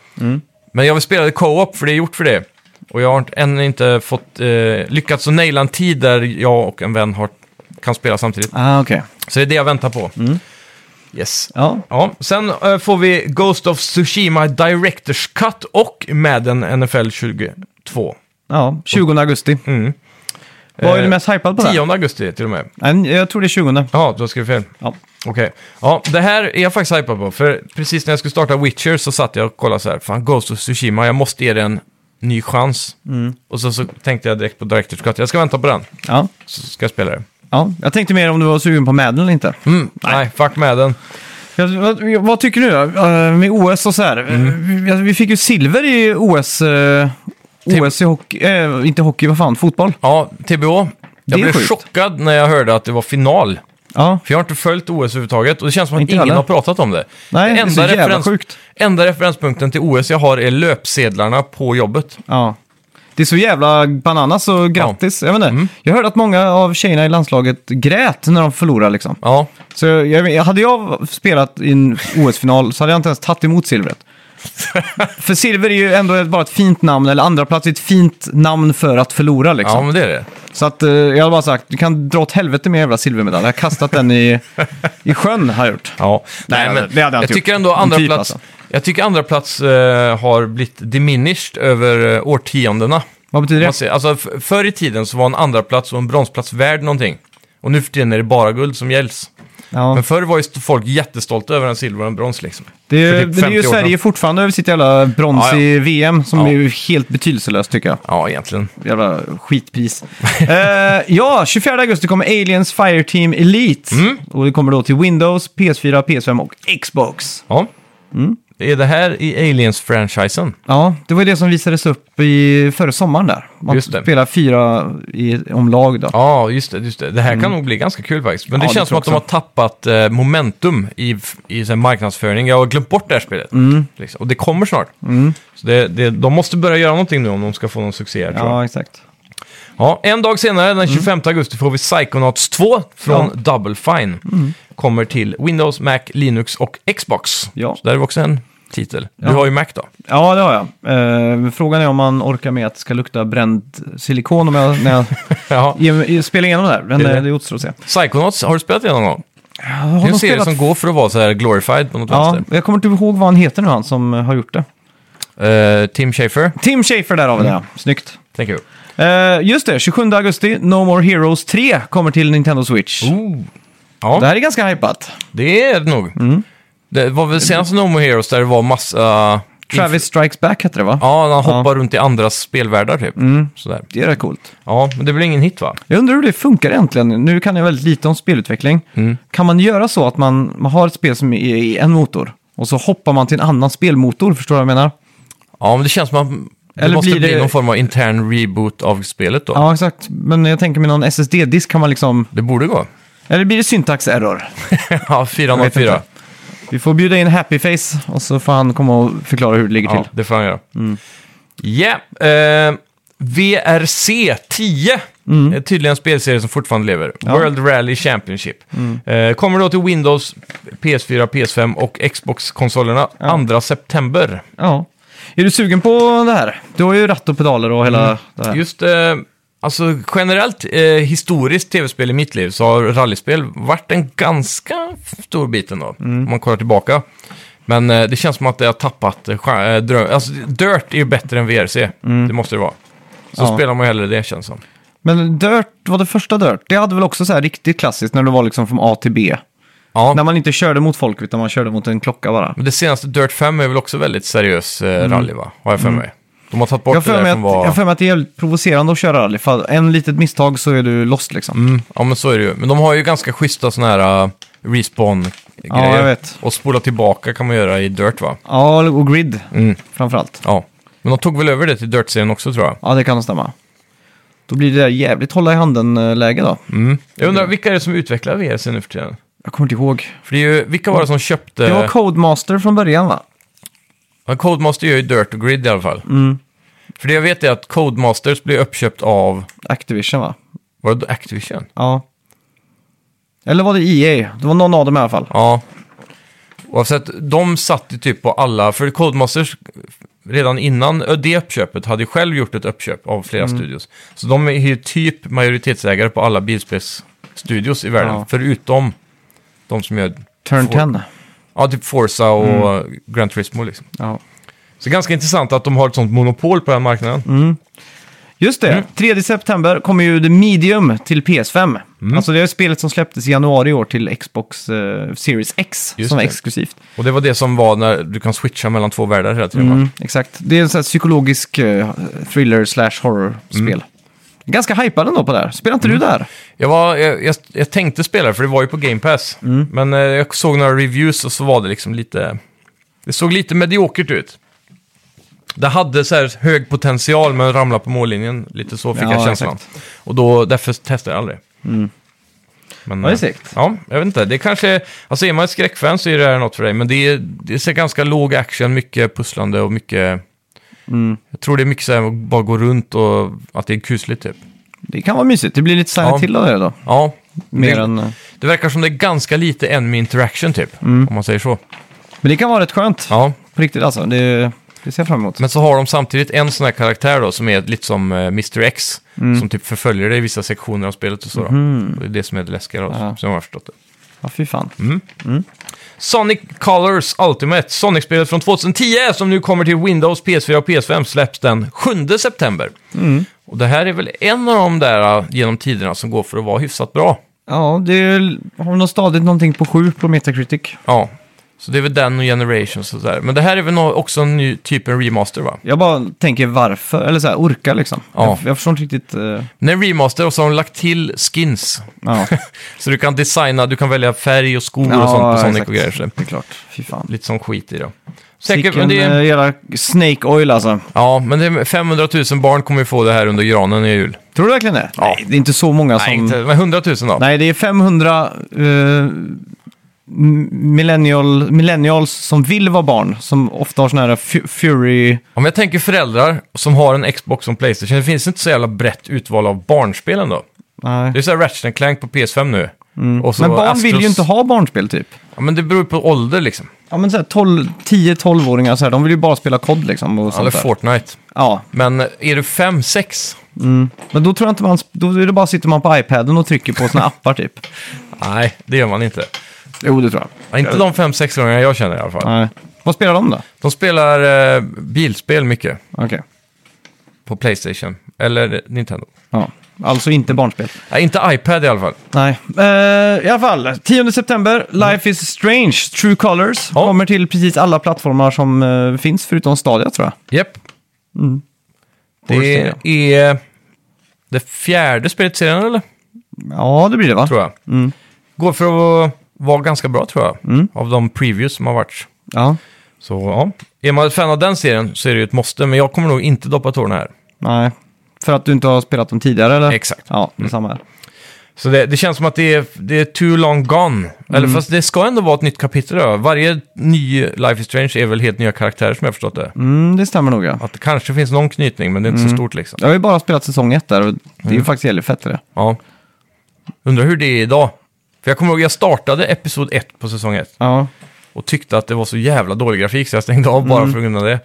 S1: Men jag vill spela det co-op för det är gjort för det. Och jag har inte- ännu inte fått eh, lyckats att naila en tid där jag och en vän har, kan spela samtidigt.
S2: Ah, okej.
S1: Så det är det jag väntar på. Yes.
S2: Ja.
S1: Ja, sen eh, får vi Ghost of Tsushima Directors Cut och Madden NFL 22.
S2: ja, 20 augusti. Vad är du
S1: Mm. Eh,
S2: mest hypad på? där?
S1: 10 augusti till och med.
S2: Nej, Jag tror det är 20.
S1: Ja, då skrev jag fel.
S2: Ja.
S1: Okej. Ja, det här är jag faktiskt hypad på. För precis när jag skulle starta Witcher så satt jag och kollade så här. Fan, Ghost of Tsushima, jag måste ge det en ny chans.
S2: Mm.
S1: Och så, så tänkte jag direkt på Directors Cut. Jag ska vänta på den,
S2: Ja.
S1: så ska jag spela det.
S2: Ja, jag tänkte mer om du var sugen på Madden eller inte.
S1: Mm, nej. fuck med den.
S2: Jag, vad, jag- vad tycker du då? Eh, med OS och så här?
S1: Mm.
S2: Vi, alltså, vi fick ju silver i OS. eh, OS i hockey, eh, inte hockey, vad fan, fotboll?
S1: Ja, TBO.
S2: Det är
S1: Jag blev
S2: sjukt.
S1: chockad när jag hörde att det var final.
S2: Ja,
S1: För jag har inte följt OS överhuvudtaget och det känns som att
S2: Inte
S1: ingen
S2: heller.
S1: har pratat om det.
S2: Nej, det är så jävla sjukt.
S1: enda referenspunkten till OS jag har är löpsedlarna på jobbet.
S2: ja. Det är så jävla bananas och grattis. Jag, vet inte.
S1: Mm.
S2: jag hörde att många av tjejerna i landslaget grät när de förlorade liksom.
S1: Ja,
S2: Så jag, jag, hade jag spelat i en OS-final så hade jag inte ens tagit emot silvret. för silver är ju ändå ett- bara ett fint namn, eller andra plats är ett fint namn för att förlora liksom.
S1: ja men det är det.
S2: Så att eh, jag har bara sagt, du kan dra åt helvete med jävla silvermedalj. Jag har kastat den i, i sjön har jag gjort.
S1: Ja.
S2: Nej, det hade jag inte
S1: jag
S2: gjort.
S1: tycker ändå
S2: En
S1: andra
S2: typ,
S1: plats,
S2: alltså.
S1: Jag tycker andra plats eh, har blivit diminished över eh, årtiondena.
S2: Vad betyder
S1: Man
S2: det?
S1: ser, alltså, f- förr i tiden så var en andra plats och en bronsplats värd någonting. Och nu för tiden är det bara guld som gälls.
S2: Ja.
S1: Men förr var ju st- folk jättestolta över en silver och en brons liksom.
S2: Det,
S1: för
S2: är,
S1: typ
S2: det är ju
S1: 50 år
S2: Sverige
S1: sedan.
S2: fortfarande över sitt jävla brons
S1: Ja, ja.
S2: i VM som
S1: Ja.
S2: är ju helt betydelselöst tycker jag.
S1: Ja, egentligen.
S2: Jävla skitpris. Eh, ja, 24 augusti kommer Aliens Fireteam Elite.
S1: Mm.
S2: Och det kommer då till Windows, PS4, PS5 och Xbox.
S1: Ja.
S2: Mm.
S1: Är det här i Aliens-franchisen?
S2: Ja, det var ju det som visades upp i, förra sommaren där. Man
S1: Just det.
S2: spelar fyra i, om lag då.
S1: Ja, just det. Just det. det här kan nog bli ganska kul faktiskt. Men
S2: Mm. Ja,
S1: det
S2: det
S1: känns som
S2: tror
S1: att de har
S2: jag
S1: tappat eh, momentum i, f- i så här, marknadsföring. Jag har glömt bort det här spelet.
S2: Mm.
S1: Liksom. Och det kommer snart. Så det, det, de måste börja göra någonting nu om de ska få någon succé här, tror jag.
S2: ja Mm. exakt.
S1: Ja, en dag senare, den 25 augusti, får vi Psychonauts 2 från Double Fine.
S2: Mm.
S1: Kommer till Windows, Mac, Linux och Xbox.
S2: Ja.
S1: Så där är också en titel. Du har ju Mac då.
S2: Ja, det har jag. Eh, frågan är om man orkar med att det ska lukta bränd silikon om jag, när jag
S1: Jaha.
S2: ge- ge- spelar igenom det här. Men
S1: Det är
S2: det,
S1: det.
S2: det återstår att se.
S1: Psychonauts, har du spelat det någon gång?
S2: Jag har
S1: Det är en
S2: nog
S1: serie
S2: spelat-
S1: som går för att vara så här glorified på något
S2: Ja,
S1: vänster.
S2: jag kommer inte ihåg vad han heter nu, han som har gjort det.
S1: Eh, Tim Schafer,
S2: Tim Schafer där har vi det,
S1: Mm.
S2: ja. Snyggt.
S1: thank you.
S2: Eh, just det, 27 augusti, No More Heroes 3 kommer till Nintendo Switch.
S1: Oh. Ja.
S2: Det här är ganska hypat. Mm.
S1: Det är det nog. Det var väl senast No More Heroes där det var massa uh,
S2: Travis Strikes Back hette det va?
S1: Ja, han hoppar runt i andras spelvärldar typ.
S2: Mm.
S1: Sådär.
S2: Det är rätt coolt.
S1: Ja, men det blir ingen hit va?
S2: Jag undrar hur det funkar egentligen. Nu kan jag väldigt lite om spelutveckling.
S1: Mm.
S2: Kan man göra så att man, man har ett spel som är i en motor och så hoppar man till en annan spelmotor? Förstår du vad jag menar?
S1: Ja, men det känns som att det
S2: Eller
S1: måste
S2: blir
S1: bli
S2: det-
S1: någon form av intern reboot av spelet då.
S2: Ja, exakt. Men jag tänker med någon SSD-disk kan man liksom...
S1: Det borde gå.
S2: Eller blir det syntax-error?
S1: ja, 404.
S2: inte. Vi får bjuda in Happyface och så får han komma och förklara hur det ligger
S1: Ja,
S2: till. Mm.
S1: det får han göra. Ja, eh, VRC 10
S2: Mm.
S1: är tydligen en spelserie som fortfarande lever. World Rally Championship.
S2: Mm.
S1: Eh, kommer då till Windows, PS4, PS5 och Xbox-konsolerna 2 september.
S2: Ja. Är du sugen på det här? Du har ju ratt och pedaler och hela det här.
S1: Just eh, alltså generellt eh, historiskt tv-spel i mitt liv så har rallyspel varit en ganska stor bit ändå,
S2: Mm.
S1: om man kollar tillbaka. Men eh, det känns som att det har tappat eh, cha- eh, drö- alltså, Dirt är ju bättre än VRC, det måste det vara. Så
S2: Mm. Ja.
S1: spelar man ju hellre det känns som.
S2: Men Dirt var det första Dirt. Det hade väl också så här riktigt klassiskt när det var liksom från A till B.
S1: Ja,
S2: När man inte körde mot folk utan man körde mot en klocka bara.
S1: men det senaste Dirt 5 är väl också väldigt seriös eh, rally va? Har jag för mig. De har tagit bort
S2: Mm. Jag har för mig
S1: det där
S2: att,
S1: som var...
S2: jag för mig att det är jävligt provocerande att köra rally. För en litet misstag så är du lost liksom.
S1: Mm, ja men så är det ju. Men de har ju ganska schyssta sådana här eh, respawn-grejer.
S2: Ja, jag vet.
S1: Och spola tillbaka kan man göra i Dirt va?
S2: Ja, och grid
S1: Mm.
S2: framförallt.
S1: Ja, men de tog väl över det till Dirt-serien också tror jag.
S2: Ja, det kan nog stämma. Då blir det där jävligt hålla i handen-läge då.
S1: Mm. Jag undrar, vilka är det som utvecklar VRC nu för tiden?
S2: Jag kommer inte ihåg.
S1: För det är ju, vilka var det som köpte...
S2: Det var Codemaster från början va?
S1: Ja, Codemaster gör ju Dirt och Grid i alla fall.
S2: Mm.
S1: För det jag vet är att Codemasters blev uppköpt av,
S2: Activision va?
S1: var det Activision?
S2: Ja. Eller var det EA? Det var någon av dem i alla fall.
S1: Ja. Oavsett, de satt ju typ på alla, för Codemasters redan innan det uppköpet hade ju själv gjort ett uppköp av flera
S2: Mm.
S1: studios. Så de är ju typ majoritetsägare på alla bilspelsstudios i världen,
S2: Ja.
S1: förutom de som gör...
S2: Turn
S1: Får-
S2: 10.
S1: Ja, typ Forza och eh, Gran Turismo liksom.
S2: Ja.
S1: Så ganska intressant att de har ett sånt monopol på den här marknaden.
S2: Just det,
S1: Mm.
S2: 3 september kommer ju The Medium till PS5.
S1: Mm.
S2: Alltså det är spelet som släpptes i januari i år till Xbox eh, Series X
S1: Just
S2: som var
S1: det.
S2: exklusivt.
S1: Och det var det som var när du kan switcha mellan två världar hela tiden. va?
S2: Mm, exakt, det är en sån här psykologisk eh, thriller slash horror-spel.
S1: Mm.
S2: Ganska hypad ändå på det här. Spelar inte du där?
S1: Jag, var, jag, jag, jag tänkte spela det, för det var ju på Game Pass.
S2: Mm.
S1: Men eh, jag såg några reviews och så var det liksom lite... Det såg lite mediokert ut. Det hade så här hög potential men ramlade på mållinjen. Lite så fick
S2: Ja, Mm.
S1: jag känslan. Och då, därför testade jag aldrig. Men,
S2: Ja, det är
S1: eh,
S2: segt.
S1: Ja, jag vet inte. Det kanske... Alltså är man ett skräckfan så är det här något för dig. Men det är, det är så ganska låg action, mycket pusslande och mycket...
S2: Mm.
S1: Jag tror det är mycket så här, bara gå runt och att det är kusligt typ.
S2: Det kan vara mysigt, det blir lite Silent
S1: Ja.
S2: Hill av det då.
S1: Ja.
S2: Mer
S1: det,
S2: än, eh,
S1: det verkar som det är ganska lite enemy interaction typ, om man säger så.
S2: men det kan vara rätt skönt,
S1: Ja, Mm.
S2: på riktigt alltså. Det, det ser jag fram emot.
S1: men så har de samtidigt en sån här karaktär då som är lite som eh, Mr X, som typ förföljer dig i vissa sektioner av spelet och så. Då. Och det är det som är det läskiga då,
S2: Ja.
S1: som jag har förstått det.
S2: Ja, fy fan.
S1: Mm. Sonic Colors Ultimate, Sonic-spelet från 2010 som nu kommer till Windows, PS4 och PS5 släpps den 7 september. Och det här är väl en av de där eh, genom tiderna som går för att vara hyfsat bra.
S2: Ja, det är, har nog stadigt någonting på 7 på Metacritic.
S1: Ja, så det är väl den och Generations och sådär. Men det här är väl nå- också en ny typ en remaster va?
S2: Jag bara tänker varför, eller så här, orka liksom.
S1: Ja.
S2: Jag, jag förstår inte riktigt. eh,
S1: Det är en remaster och så har de lagt till skins.
S2: ja.
S1: Så du kan designa, du kan välja färg och skor
S2: Ja,
S1: och sånt på Sonic
S2: exakt.
S1: och grejer. Så det är
S2: Det är klart, fy fan.
S1: lite sån skit i det. Säkert,
S2: Säkert,
S1: men det är,
S2: jävla snake oil alltså.
S1: ja, men det är 500 000 barn kommer ju få det här under granen i jul.
S2: Tror du verkligen det? Nej, det är inte så många som...
S1: Nej, inte, men 100 000 då.
S2: Nej, det är 500 eh, millennial, millennials som vill vara barn, som ofta har såna här fu- fury...
S1: Om jag tänker föräldrar som har en Xbox och Playstation, det finns inte så jävla brett utval av barnspel ändå.
S2: Nej.
S1: Det är så här Ratchet Clank på PS5 nu. Och så
S2: Mm. Men barn vill
S1: Astros-
S2: ju inte ha barnspel typ.
S1: Ja, men det beror ju på ålder liksom.
S2: Ja, men så här 12 10-12-åringar så här, de vill ju bara spela kod liksom. Och
S1: Eller
S2: sånt där.
S1: Fortnite.
S2: Ja,
S1: Men är du 5, 6?
S2: men då tror jag inte man... Då är det bara sitter man på iPaden och trycker på såna appar typ.
S1: Nej, det gör man inte.
S2: Jo, det tror jag.
S1: Ja, inte de 5-6 gångerna jag känner i alla fall.
S2: Nej. Vad spelar de då?
S1: De spelar eh, bilspel mycket
S2: Okej.
S1: på Playstation, eller Nintendo.
S2: Ja. Alltså inte barnspel.
S1: Ja, inte iPad i alla fall.
S2: Nej. Eh, I alla fall, 10 september, Life is Strange, True Colors.
S1: Ja.
S2: Kommer till precis alla plattformar som eh, finns, förutom Stadia tror jag.
S1: Japp.
S2: Forrest
S1: Det är det fjärde spelet i serien, eller?
S2: Ja, det blir det va?
S1: Tror jag. Går för att vara ganska bra, tror jag. Av de previews som har varit.
S2: Ja.
S1: Så ja, är man ett fan av den serien så är det ju ett måste, men jag kommer nog inte doppa tårna här.
S2: Nej. För att du inte har spelat dem tidigare eller?
S1: Exakt.
S2: Ja, det är samma här.
S1: Så det, det känns som att det är, det är too long gone. Eller fast det ska ändå vara ett nytt kapitel då. Varje ny Life is Strange är väl helt nya karaktärer som jag har förstått det.
S2: Mm, det stämmer nog ja.
S1: Att det kanske finns någon knytning, men det är inte
S2: Mm.
S1: så stort liksom.
S2: Jag har ju bara spelat säsong ett där och det är ju faktiskt jävligt fett det.
S1: Ja. Undrar hur det är idag. För jag kommer ihåg, jag startade episod 1 på säsong 1
S2: Ja.
S1: och tyckte att det var så jävla dålig grafik så jag stängde av bara
S2: Mm.
S1: för grund av det.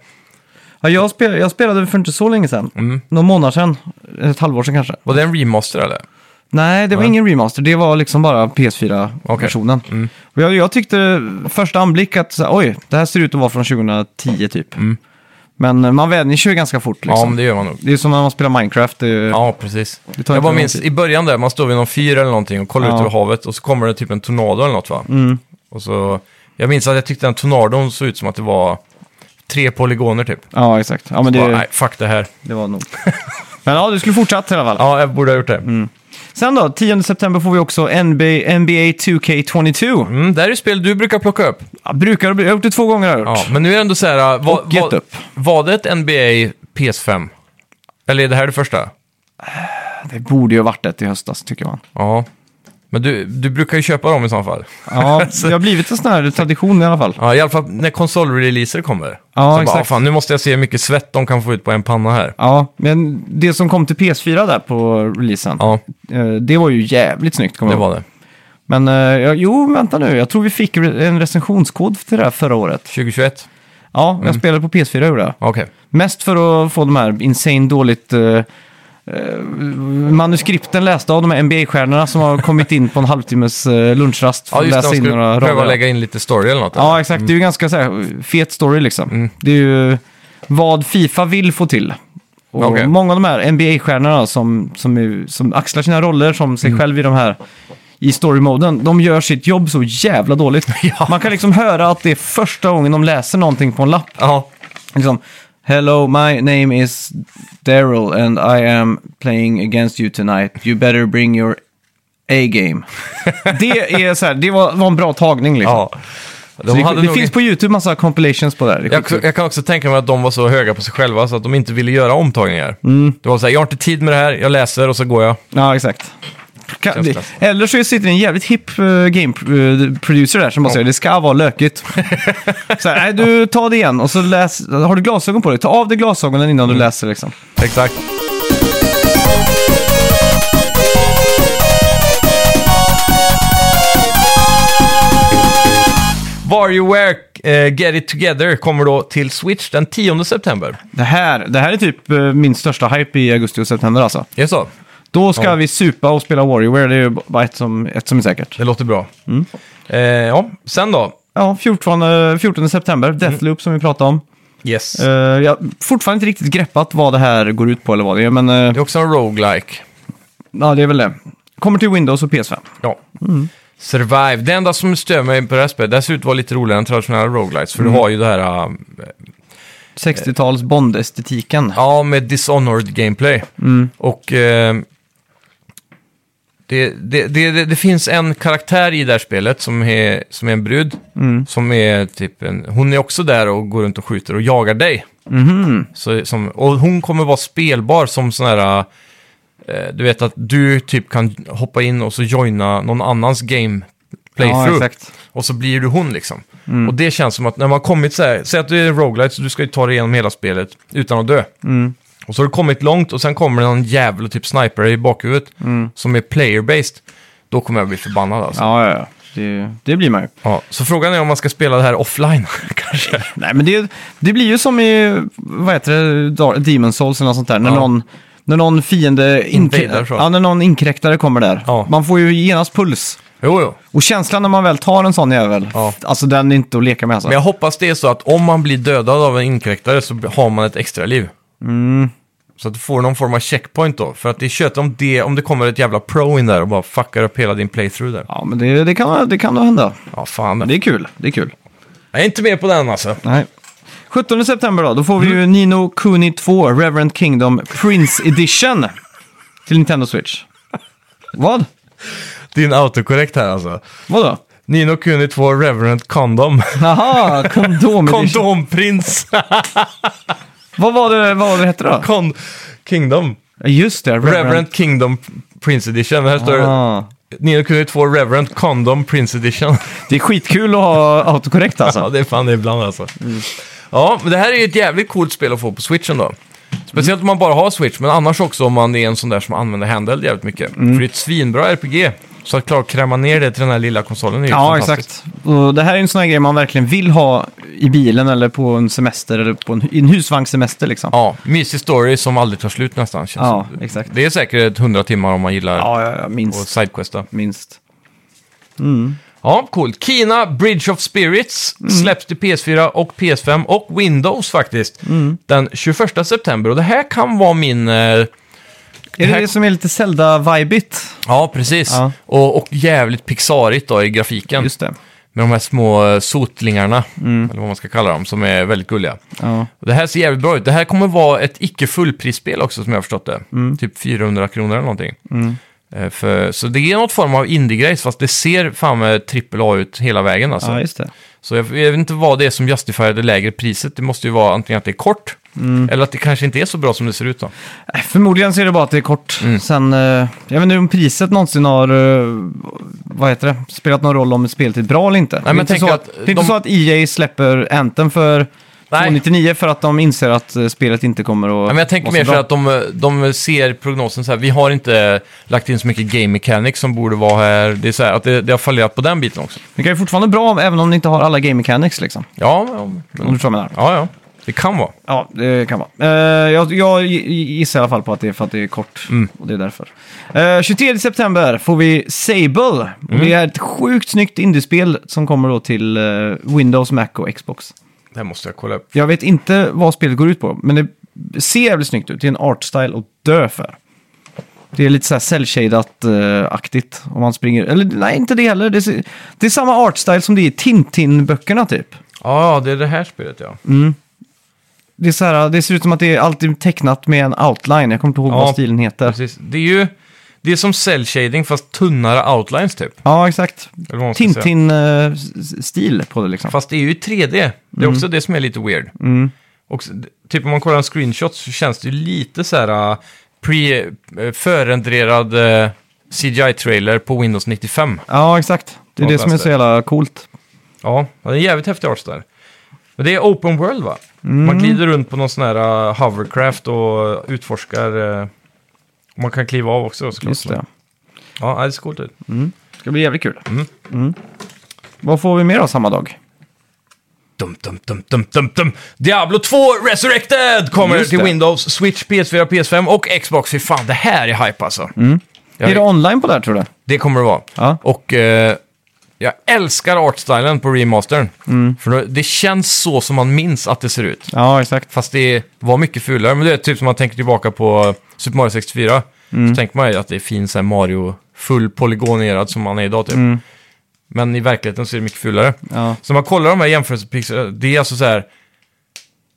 S2: Ja, jag, spel, jag spelade för inte så länge sedan.
S1: Mm.
S2: Någon månad sedan. Ett halvår sedan kanske.
S1: Var det en remaster eller?
S2: Nej, det var
S1: Nej. Mm.
S2: ingen remaster. Det var liksom bara PS4-versionen. Och jag, jag tyckte första anblick att så här, oj, det här ser ut att vara från 2010 typ. Men eh, man vänjer sig ju ganska fort liksom.
S1: Mm. Ja, men det gör man nog.
S2: Det är som när man spelar Minecraft. Det,
S1: Ja, precis.
S2: Det tar
S1: Jag
S2: inte
S1: bara
S2: lång
S1: minns
S2: tid.
S1: i början där, man står vid någon fyr eller någonting och kollar
S2: Ja. Mm.
S1: ut över havet och så kommer det typ en tornado eller något va? Och så, jag minns att jag tyckte den tornadon såg ut som att det var tre polygoner typ.
S2: ja, exakt. Ja, men det,
S1: Bara, nej, fuck det här.
S2: det var nog. men ja, du skulle fortsatt i alla fall.
S1: Ja, jag borde ha gjort det. Mm.
S2: Sen då, 10 september får vi också NBA, NBA 2K22.
S1: Mm, det här är ju spel du brukar plocka upp.
S2: Jag brukar bli, jag har gjort det två gånger har jag gjort.
S1: Ja, men nu är det ändå så här, äh, var,
S2: Och gett
S1: var,
S2: upp.
S1: var det ett NBA PS5? Eller är det här det första?
S2: Det borde ju ha varit ett i höstas tycker man.
S1: Ja. Men du, du brukar ju köpa dem i så fall.
S2: Ja, det har blivit en sån här tradition i alla fall.
S1: Ja, i alla fall när konsolreleaser kommer.
S2: Ja,
S1: så Bara,
S2: exakt.
S1: "Ah, fan, nu måste jag se hur mycket svett de kan få ut på en panna här.
S2: Ja, men det som kom till PS4 där på releasen,
S1: Ja,
S2: eh, det var ju jävligt snyggt kommer
S1: det
S2: jag ihåg.
S1: var det.
S2: Men eh, ja, jo, vänta nu, jag tror vi fick re- en recensionskod till det här förra året.
S1: 2021?
S2: Ja,
S1: Mm.
S2: jag spelade på PS4 gjorde jag.
S1: Okej.
S2: Mest för att få de här insane dåligt eh, eh, manuskripten lästa av de här NBA-stjärnorna som har kommit in på en halvtimmes eh, lunchrast för
S1: Ja,
S2: att
S1: just det.
S2: läsa
S1: De
S2: in
S1: skulle
S2: några
S1: pröva
S2: rader.
S1: att lägga in lite story eller något. eller?
S2: Ja, exakt. Det är ju ganska så här, fet story liksom.
S1: Mm.
S2: Det är ju vad Fifa vill få till. Och
S1: Okej.
S2: Många av de här NBA-stjärnorna som, som, är, som axlar sina roller som sig
S1: Mm.
S2: själv i de här i story-moden, de gör sitt jobb så jävla dåligt. Man kan liksom höra att det är första gången de läser någonting på en lapp.
S1: ja.
S2: Liksom, Hello, my name is Daryl and I am playing against you tonight. You better bring your A-game. det är så här, det var, var en bra tagning liksom.
S1: ja. De
S2: Så det
S1: hade
S2: det
S1: nog-
S2: finns på YouTube massa compilations på det här. Det är
S1: jag,
S2: skitkul.
S1: jag kan också tänka mig att de var så höga på sig själva så att de inte ville göra omtagningar.
S2: Mm.
S1: Det var så här, jag har inte tid med det här, jag läser och så går jag.
S2: Ja, exakt. Kan,
S1: Känns
S2: det,
S1: klass.
S2: eller så sitter det en jävligt hipp eh, game eh, producer där som bara säger det ska vara lökigt. så här, nej du, ta det igen och så läs, har du glasögon på dig, ta av dig glasögonen innan
S1: Mm.
S2: du läser liksom.
S1: Exakt. Warrior eh, Get It Together kommer då till Switch den 10 september.
S2: Det här, det här är typ eh, min största hype i augusti och september alltså.
S1: Är det så?
S2: Då ska vi supa och spela Warrior, det är ju bara ett som, ett som är säkert.
S1: Det låter bra. Eh, ja, sen då?
S2: Ja, 14, eh, 14 september, Deathloop
S1: Mm.
S2: som vi pratade om.
S1: Yes.
S2: Eh, jag har fortfarande inte riktigt greppat vad det här går ut på eller vad det är, men... eh,
S1: Det är också en roguelike.
S2: Ja, det är väl det. Kommer till Windows och PS5.
S1: Ja. Survive. Det enda som stör mig på det här spelet, det här ser ut att vara lite roligare än traditionella roguelites, för du har ju det här, äh,
S2: 60-tals Bond-estetiken.
S1: ja, med dishonored gameplay.
S2: Mm.
S1: Och eh, det, det, det, det, det finns en karaktär i det här spelet som är, som är en brud,
S2: Mm.
S1: som är typ en, hon är också där och går runt och skjuter och jagar dig.
S2: Mm-hmm.
S1: Så, som, och hon kommer vara spelbar som sån här, eh, du vet att du typ kan hoppa in och så joina någon annans game playthrough.
S2: Ja, exakt.
S1: Och så blir du hon liksom. Och det känns som att när man kommit så här, säg att du är en roguelite så du ska ju ta dig igenom hela spelet utan att dö. Och så har du kommit långt och sen kommer det någon jävel och typ sniper dig i bakhuvudet som är player-based. Då kommer jag bli förbannad alltså. Ja.
S2: Ja, ja, ja. Det, det blir man ju.
S1: så frågan är om man ska spela det här offline kanske.
S2: Nej, men det, det blir ju som i, vad heter det, Dar- Demon's Souls eller något sånt där. När
S1: Ja.
S2: någon, när någon fiende... inkr-
S1: Invader, så.
S2: ja, när någon inkräktare kommer där.
S1: Ja.
S2: Man får ju genast puls.
S1: Jo, jo.
S2: Och känslan när man väl tar en sån jävel,
S1: Ja.
S2: alltså den är inte att leka med alltså.
S1: Men jag hoppas det är så att om man blir dödad av en inkräktare så har man ett extra liv. Så att du får någon form av checkpoint då. För att det är kött om det, om det kommer ett jävla pro in där och bara fuckar upp hela din playthrough där.
S2: Ja, men det, det, kan, det kan nog hända.
S1: Ja, fan.
S2: Det är kul. Det är kul.
S1: Jag är inte med på den alltså.
S2: Nej. 17 september då, då får vi ju
S1: Mm.
S2: Nino Kuni 2 Reverend Kingdom Prince Edition till Nintendo Switch. Vad?
S1: Din autokorrekt här alltså.
S2: Vadå?
S1: Nino Kuni 2 Reverend Condom.
S2: Jaha, kondom edition.
S1: Kondomprins.
S2: Vad var det, vad var det hette då?
S1: Kon Kingdom.
S2: Just det, Reverend.
S1: Reverend Kingdom Prince Edition. Men Här står det
S2: Ah.
S1: Nino Kuni 2 Reverend Condom Prince Edition.
S2: Det är skitkul att ha autokorrekt alltså. Mm.
S1: Ja, det är fan det ibland alltså. Ja, men det här är ju ett jävligt coolt spel att få på Switchen då. Speciellt om man bara har Switch, men annars också om man är en sån där som använder handheld jävligt mycket.
S2: Mm.
S1: För det är ett svinbra RPG. Så att klara att kräma ner det till den här lilla konsolen är ju
S2: Ja,
S1: fantastiskt.
S2: exakt. Och det här är en sån här grej man verkligen vill ha i bilen eller på en semester eller på en, i en husvagnssemester liksom.
S1: Ja, mysig story som aldrig tar slut nästan. Känns
S2: Ja,
S1: som.
S2: exakt.
S1: Det är säkert 100 timmar om man gillar
S2: Ja, ja, ja
S1: och
S2: minst.
S1: sidequesta.
S2: minst.
S1: Ja, coolt. Kina Bridge of Spirits
S2: Mm.
S1: släpps till PS4 och PS5 och Windows faktiskt.
S2: Mm.
S1: Den 21 september. Och det här kan vara min... Eh,
S2: Är det
S1: här-
S2: det som är lite Zelda-vibigt?
S1: Ja, precis.
S2: Ja.
S1: Och, och jävligt pixarigt då i grafiken.
S2: Just Mm. det.
S1: Med de här små eh, sotlingarna, eller vad man ska kalla dem, som är väldigt gulliga.
S2: Ja.
S1: Och Det här ser jävligt bra ut. Det här kommer vara ett icke fullprisspel också, som jag har förstått det. Typ 400 kronor eller någonting. Eh, För, så det är något form av indie-grejs, fast det ser fan med AAA ut hela vägen alltså.
S2: ja, just det.
S1: Så jag, jag vet inte vad det är som justifierar det lägre priset. Det måste ju vara antingen att det är kort, eller att det kanske inte är så bra som det ser ut då.
S2: Äh, Förmodligen så är det bara att det är kort.
S1: Mm.
S2: Sen, eh, jag vet inte om priset någonsin har, eh, vad heter det, spelat någon roll om ett spel är bra eller inte. det är
S1: men
S2: inte,
S1: tänk
S2: så
S1: att
S2: att, det är inte
S1: de-
S2: så att EA släpper Anthem för
S1: Nej.
S2: 299 för att de inser att eh, spelet inte kommer att
S1: Ja, men jag tänker
S2: vara
S1: mer så
S2: bra.
S1: att de, de ser prognosen så här, vi har inte lagt in så mycket game mechanics som borde vara här. Det är så här att det, det har fallerat på den biten också.
S2: Det kan ju fortfarande vara bra även om ni inte har alla game mechanics liksom.
S1: Ja, ja,
S2: Om du förstår vad jag menar.
S1: ja, ja. det kan vara.
S2: Ja, det kan vara. Eh, jag, jag gissar i alla fall på att det är för att det är kort. Och det är därför. Eh, 23 september får vi Sable. Och Det är ett sjukt snyggt indiespel som kommer då till eh, Windows, Mac och Xbox.
S1: Det här måste jag kolla upp.
S2: Jag vet inte vad spelet går ut på, men det ser jävligt snyggt ut. Det är en artstyle att dö för. Det är lite så här cell-shadat-aktigt. om man springer... Eller nej, inte det heller. Det, ser, det är samma artstyle som det är i Tintin-böckerna typ.
S1: Ja, det är det här spelet ja.
S2: Det, är så här, det ser ut som att det är alltid tecknat med en outline. Jag kommer inte ihåg
S1: Ja,
S2: vad stilen heter.
S1: Precis. Det är ju det är som cell shading fast tunnare outlines typ.
S2: Ja, exakt. eh,
S1: Eller vad man ska säga.
S2: Tintin-stil på det liksom.
S1: Fast det är ju i 3D. Det är
S2: Mm.
S1: också det som är lite weird. Och s- typ om man kollar en screenshot så känns det ju lite så här äh, pre, äh, förrenderad äh, CGI-trailer på Windows 95.
S2: Ja, exakt. Det är
S1: Ja,
S2: det som är
S1: bäst
S2: så jävla coolt.
S1: Ja, ja, det är en jävligt häftig artstyle. Men det är open world va?
S2: Mm.
S1: Man glider runt på någon sån här äh, hovercraft och utforskar. äh, och man kan kliva av också då, såklart.
S2: Just det.
S1: Ja, nej, det ser coolt ut.
S2: Det ska bli jävligt kul.
S1: Mm.
S2: Mm. Vad får vi mer av samma dag?
S1: Dum, dum, dum, dum, dum, dum. Diablo 2 Resurrected kommer
S2: Just
S1: till
S2: det.
S1: Windows, Switch, PS4, PS5 och Xbox. Fy fan, det här är hype alltså. Jag,
S2: Är det online på det här tror du?
S1: det kommer det vara.
S2: Mm. Ja.
S1: Och eh, jag älskar artstylen på remastern.
S2: Mm.
S1: För då- det känns så som man minns att det ser ut.
S2: Ja, exakt.
S1: Fast det var mycket fulare. Men det är typ som man tänker tillbaka på Super Mario 64.
S2: Mm.
S1: Så tänker man ju att det är fin så här Mario, full polygonerad som man är idag typ. Men i verkligheten så är det mycket fulare.
S2: Mm. Ja.
S1: Så när man kollar de här jämförelsepixlarna, det är alltså så här...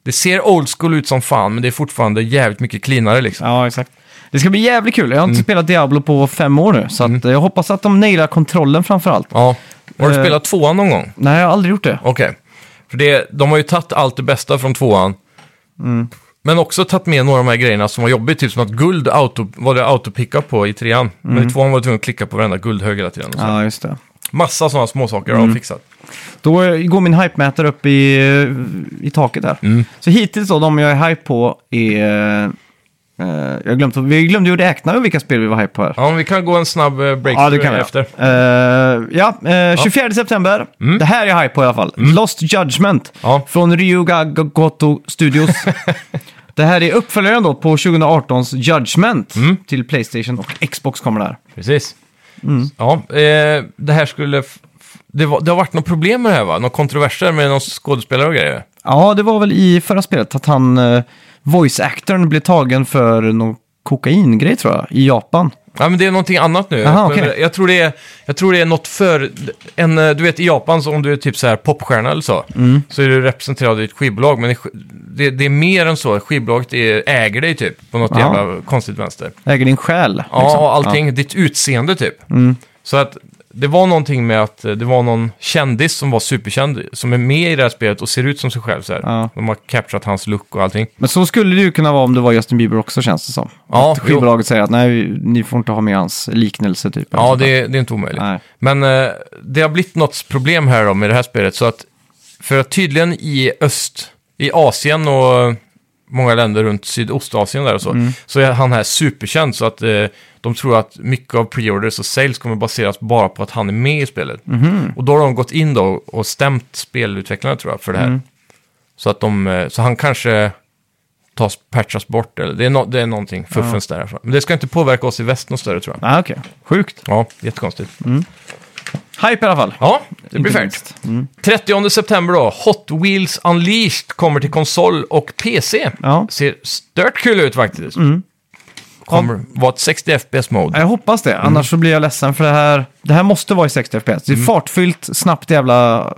S1: Det ser old school ut som fan, men det är fortfarande jävligt mycket cleanare liksom.
S2: ja, exakt. Det ska bli jävligt kul. Jag har inte
S1: Mm.
S2: spelat Diablo på fem år nu, så att eh, jag hoppas att de nailar kontrollen framför allt.
S1: Ja. Har du
S2: Eh.
S1: spelat tvåan någon gång?
S2: Nej, jag har aldrig gjort det.
S1: Okej. För det, de har ju tagit allt det bästa från tvåan.
S2: Mm.
S1: Men också tagit med några av de här grejerna som var jobbigt. Typ som att guld auto, var det autopicka på i trean. Men i tvåan var du tvungen att klicka på varenda guldhög hela tiden. Och så.
S2: Mm. Ja, Mm. just det.
S1: Massa sådana småsaker har de fixat.
S2: Då eh, går min hype-mätare upp i, eh, i taket där.
S1: Mm.
S2: Så hittills då, de jag är hype på är... eh, jag har glömt, vi glömde ju räkna vilka spel vi var hype på här.
S1: Ja, men vi kan gå en snabb eh, breakthrough efter. Mm.
S2: Eh, ja, eh, 24 september. Det här är jag hype på i alla fall. Lost Judgment
S1: Ja.
S2: från Ryuga Goto Studios. det här är uppföljaren då på 2018s Judgment
S1: Mm.
S2: till Playstation och Xbox kommer där.
S1: Precis.
S2: Mm.
S1: Ja, eh, det här skulle... f- f- Det, var, det har varit något problem med det här va? Några kontroverser med någon skådespelare och grejer?
S2: Ja, det var väl i förra spelet att han, eh, voice-actorn, blev tagen för någon kokaingrej tror jag, i Japan.
S1: Ja, men det är någonting annat nu.
S2: Aha,
S1: jag,
S2: okej.
S1: jag, tror det är, jag tror det är något för... En, eh, du vet, i Japan, så om du är typ så här popstjärna eller så,
S2: Mm.
S1: så är du representerad i ett skivbolag. Men det, det, det är mer än så. Skivbolaget är, äger dig typ, på något
S2: Ja.
S1: jävla konstigt vänster.
S2: Äger din själ.
S1: Ja,
S2: liksom. Mm.
S1: och allting. Ditt utseende typ. Så att det var någonting med att eh, det var någon kändis som var superkänd, som är med i det här spelet och ser ut som sig själv. Så här.
S2: Ja.
S1: De har capturat hans look och allting.
S2: Men så skulle det ju kunna vara om det var Justin Bieber också känns det som.
S1: Ja,
S2: att skivbolaget säger att nej, ni får inte ha med hans liknelse typ. eller
S1: Ja,
S2: sånt där.
S1: det, det är inte omöjligt.
S2: Nej.
S1: Men eh, det har blivit något problem här då med det här spelet. Så att, för att tydligen i öst, i Asien och eh, många länder runt Sydostasien där och så, så är han här superkänd. Så att eh, de tror att mycket av pre-orders och sales kommer baseras bara på att han är med i spelet. Och då har de gått in då och stämt spelutvecklarna tror jag för det här. Så att de, eh, så han kanske tas, patchas bort eller det är, no, det är någonting fuffens därifrån. Men det ska inte påverka oss i väst något större tror jag.
S2: Ah, okej. Sjukt.
S1: Ja, jättekonstigt.
S2: Hype i alla fall.
S1: Ja, Mm. det blir
S2: Inte
S1: färdigt.
S2: minst. Mm.
S1: 30 september då, Hot Wheels Unleashed kommer till konsol och PC.
S2: Ja. Mm.
S1: Ser stört kul ut faktiskt. Kommer vara ett 60 FPS-mode.
S2: Jag hoppas det,
S1: Mm.
S2: annars så blir jag ledsen för det här, det här måste vara i 60 FPS. Det är fartfyllt, snabbt jävla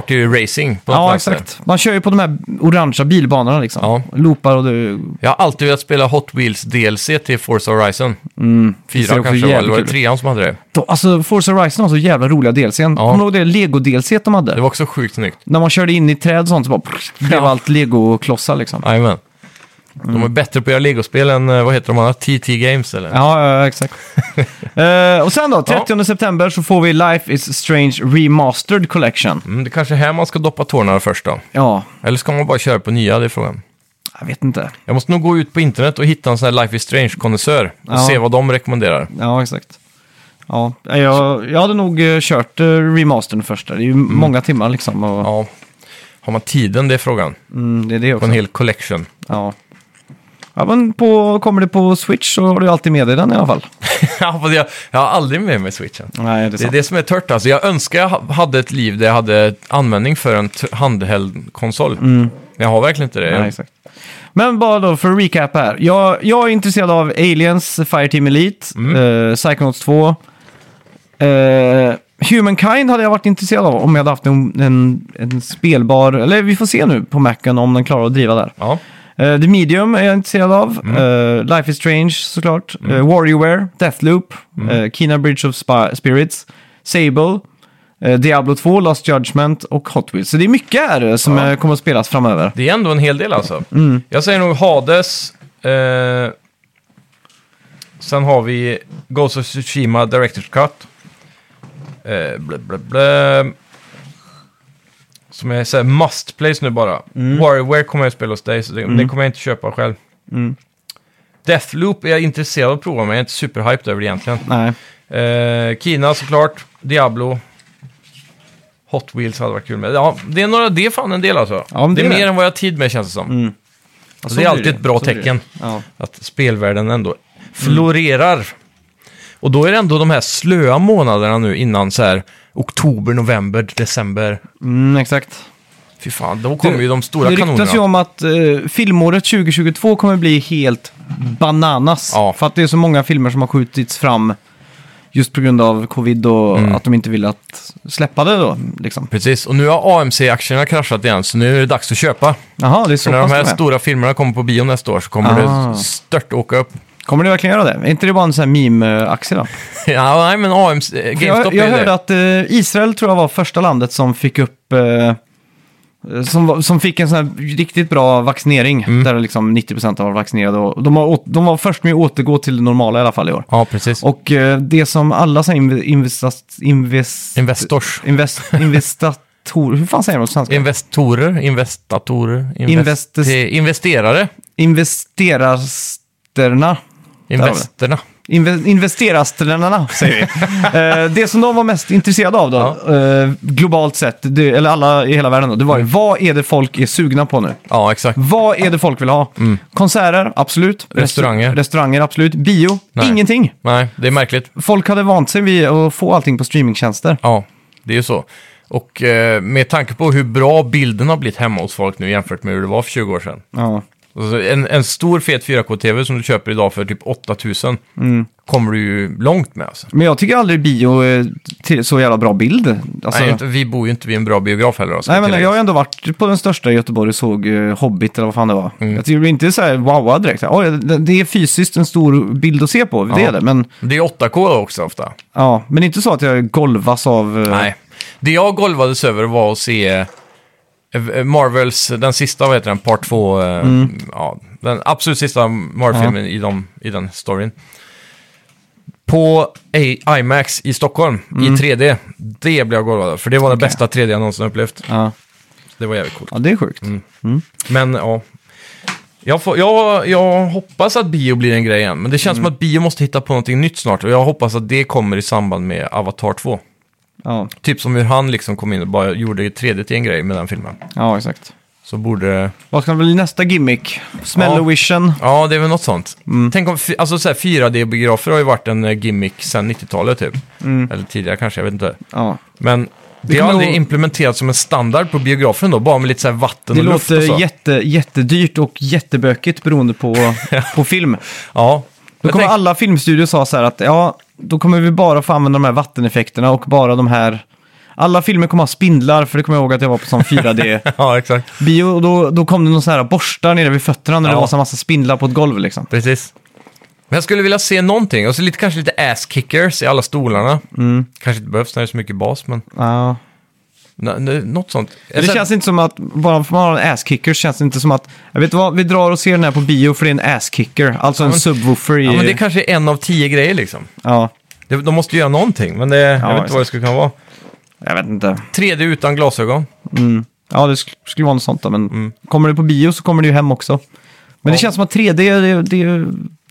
S1: Party-racing på något
S2: Ja,
S1: vänster.
S2: exakt. Man kör ju på de här orangea bilbanorna liksom.
S1: Ja.
S2: Loopar och du...
S1: Jag har alltid velat spela Hot Wheels DLC till Forza Horizon.
S2: Mm. ser
S1: Fyra
S2: också
S1: kanske,
S2: jävligt
S1: eller var det
S2: kul ut.
S1: trean som hade det?
S2: Då, alltså, Forza Horizon har så jävla roliga DLC. Ja. Kommer du ihåg det Lego-DLC de hade?
S1: Det var också sjukt snyggt.
S2: När man körde in i träd och sånt så bara prr, blev
S1: Ja.
S2: allt Lego-klossar liksom. Ja,
S1: Jajamän. De är bättre på att göra legospel än, eh, vad heter de andra, TT Games eller?
S2: Mm. ja, ja, exakt. Eh, och sen då, 30 september så får vi Life is Strange Remastered Collection.
S1: Mm, det kanske är här man ska doppa tårna först då.
S2: Ja,
S1: Eller ska man bara köra på nya, det är frågan.
S2: jag vet inte.
S1: Jag måste nog gå ut på internet och hitta en sån här Life is Strange-konnässör och
S2: Ja.
S1: se vad de rekommenderar.
S2: Ja, exakt. Ja, jag, jag hade nog eh, kört eh, remastern först. där. Det är ju många timmar liksom. Och,
S1: Ja. Har man tiden, det är frågan.
S2: mm, det är det också.
S1: På en hel collection.
S2: Ja. Ja, men på, kommer det på Switch så har du ju alltid med dig den i alla fall.
S1: Ja, fast jag, jag har aldrig med mig switchen.
S2: Nej, det är
S1: Det är det som är tört alltså. Jag önskar jag ha- hade ett liv där jag hade användning för en t- handheld konsol. Men jag har verkligen inte det.
S2: Nej, exakt. Men bara då för att recap här. Jag, jag är intresserad av Aliens, Fireteam Elite,
S1: Mm.
S2: eh, Psychonauts 2. Eh, Humankind hade jag varit intresserad av om jag hade haft en, en, en spelbar, eller vi får se nu på Macen om den klarar att driva där.
S1: Ja.
S2: Eh, The Medium är jag intresserad av.
S1: Mm.
S2: Eh, Life is Strange såklart. Eh, Warriorware, Deathloop,
S1: Mm.
S2: eh, Kina Bridge of Spi- Spirits, Sable, eh, Diablo 2, Last Judgment och Hot Wheels. Så det är mycket här eh, som
S1: Ja.
S2: eh, kommer att spelas framöver.
S1: Det är ändå en hel del alltså. Jag säger nog Hades. Eh, sen har vi Ghost of Tsushima Director's Cut. Eh, blä, blä, blä. Som jag säger, must plays nu bara. Warrior kommer jag spela hos dig, så det, det kommer jag inte köpa själv. Deathloop är jag intresserad av att prova, men jag är inte superhyped över det egentligen.
S2: Nej.
S1: Eh, Kina såklart, Diablo, Hot Wheels hade varit kul med. Ja, det är några, det är fan en del alltså.
S2: Ja, men
S1: det,
S2: det
S1: är
S2: är
S1: mer
S2: det.
S1: än vad jag har tid med känns det som.
S2: Ja,
S1: Så
S2: så
S1: det är
S2: blir
S1: alltid ett bra
S2: Så blir det. Mm.
S1: tecken.
S2: Ja.
S1: Att spelvärlden ändå florerar. Och då är det ändå de här slöa månaderna nu innan så här oktober, november, december.
S2: Mm, exakt.
S1: Fy fan, då kommer ju de stora
S2: det
S1: kanonerna.
S2: ryktas ju om att eh, filmåret 2022 kommer bli helt bananas.
S1: Ja.
S2: För att det är så många filmer som har skjutits fram just på grund av covid och
S1: Mm.
S2: att de inte vill att släppa det då. Liksom.
S1: Precis, och nu har AMC-aktierna kraschat igen, så nu är det dags att köpa.
S2: Jaha, det är så
S1: För när de
S2: pass
S1: här
S2: med.
S1: stora filmerna kommer på bio nästa år så kommer
S2: Ah.
S1: det stört åka upp.
S2: Kommer det verkligen göra det? Är inte det bara en sån här meme-aktie då?
S1: ja, nej, men AMC, eh, GameStop
S2: jag jag
S1: är
S2: hörde
S1: det.
S2: att eh, Israel tror jag var första landet som fick upp... Eh, som, var- som fick en sån här riktigt bra vaccinering, där liksom 90% var vaccinerade. Och de, har, åt- de var först med att återgå till det normala i alla fall i år.
S1: Ja, precis.
S2: Och eh, det som alla så här inv- investas, invest,
S1: Investors.
S2: invest, investatorer, hur fan säger man på svenska?
S1: Investorer, investatorer, invest,
S2: Investes-
S1: investerare,
S2: Investerasterna. har vi det.
S1: investerna.
S2: Inve- Investerasterna säger vi. Eh, det som de var mest intresserade av då, eh, globalt sett, det, eller alla i hela världen då, det
S1: Mm.
S2: var ju vad är det folk är sugna på nu?
S1: Ja, exakt.
S2: Vad är det folk vill ha? Konserter, absolut. Restau-
S1: Mm. Restauranger.
S2: Restauranger, absolut. Bio,
S1: Nej.
S2: ingenting.
S1: Nej, det är märkligt.
S2: Folk hade vant sig vid att få allting på streamingtjänster.
S1: Ja, det är ju så. Och eh, med tanke på hur bra bilden har blivit hemma hos folk nu jämfört med hur det var för 20 år sedan.
S2: Ja.
S1: Alltså en, en stor fet 4K-TV som du köper idag för typ 8000
S2: Mm.
S1: kommer du ju långt med. Alltså.
S2: Men jag tycker aldrig bio är till- så jävla bra bild. Alltså,
S1: Nej, inte, vi bor ju inte vid en bra biograf heller. Alltså,
S2: Nej, men jag har ändå varit på den största i Göteborg och såg eh, Hobbit eller vad fan det var.
S1: Mm.
S2: Jag tycker inte så här wowad direkt. Oj, det, det är fysiskt en stor bild att se på, det
S1: Ja.
S2: är det. Men,
S1: Det är 8K också ofta.
S2: ja, men inte så att jag golvas av... eh,
S1: Nej. Det jag golvades över var att se eh, Marvels, den sista, vad heter den, part 2, ja, den absolut sista Marvel-filmen i, de, i den storyn. På A- IMAX i Stockholm, i 3D. Det blev jag golvad av, för det var det bästa 3D jag någonsin upplevt.
S2: Ja.
S1: Det var jävligt coolt.
S2: ja, det är sjukt.
S1: Mm. Men ja, jag, får, jag, jag hoppas att bio blir en grej igen. Men det känns som att bio måste hitta på någonting nytt snart. Och jag hoppas att det kommer i samband med Avatar 2.
S2: Ja.
S1: Typ som hur han liksom kom in och bara gjorde ju 3D till en grej med den filmen.
S2: ja, exakt.
S1: Så borde...
S2: Vad ska bli nästa gimmick? Smellovision?
S1: Ja, det är väl något sånt.
S2: Mm.
S1: Tänk om... Alltså så här, 4D-biografer har ju varit en eh, gimmick sedan 90-talet typ.
S2: Mm.
S1: Eller tidigare kanske, jag vet inte.
S2: Ja.
S1: Men det har
S2: kommer
S1: aldrig
S2: nog-
S1: implementerats som en standard på biografen då, bara med lite så här vatten
S2: Det
S1: och luft och så.
S2: låter jätte, jättedyrt och jättebökigt beroende på, på film.
S1: Ja.
S2: Då
S1: Jag
S2: kommer
S1: tänk-
S2: alla filmstudios ha så här att ja, då kommer vi bara få använda de här vatteneffekterna och bara de här... Alla filmer kommer ha spindlar, för det kommer jag ihåg att jag var på sån 4D-bio.
S1: Ja, exakt.
S2: och då, då kom det någon sån här borstar nere vid fötterna när
S1: Ja.
S2: det var så en massa spindlar på ett golv liksom.
S1: Precis. Men jag skulle vilja se någonting, och så lite, kanske lite ass-kickers i alla stolarna.
S2: Mm.
S1: Kanske inte behövs när det är så mycket bas, men
S2: Ja.
S1: Nå- nå- något sånt.
S2: Men Det känns inte som att, bara för att man har en ass-kicker så känns det inte som att, jag vet vad, vi drar och ser den här på bio för det är en ass-kicker, alltså en
S1: men-
S2: subwoofer i...
S1: Ja, men det kanske är en av tio grejer liksom.
S2: ja,
S1: Det- De måste ju göra någonting, men det, jag vet inte vad det
S2: exakt.
S1: skulle kunna vara.
S2: jag vet inte.
S1: 3D utan glasögon.
S2: Ja, det sk- skulle vara något sånt då, men
S1: Mm.
S2: kommer det på bio så kommer det ju hem också. Men det känns som att 3D, det, det,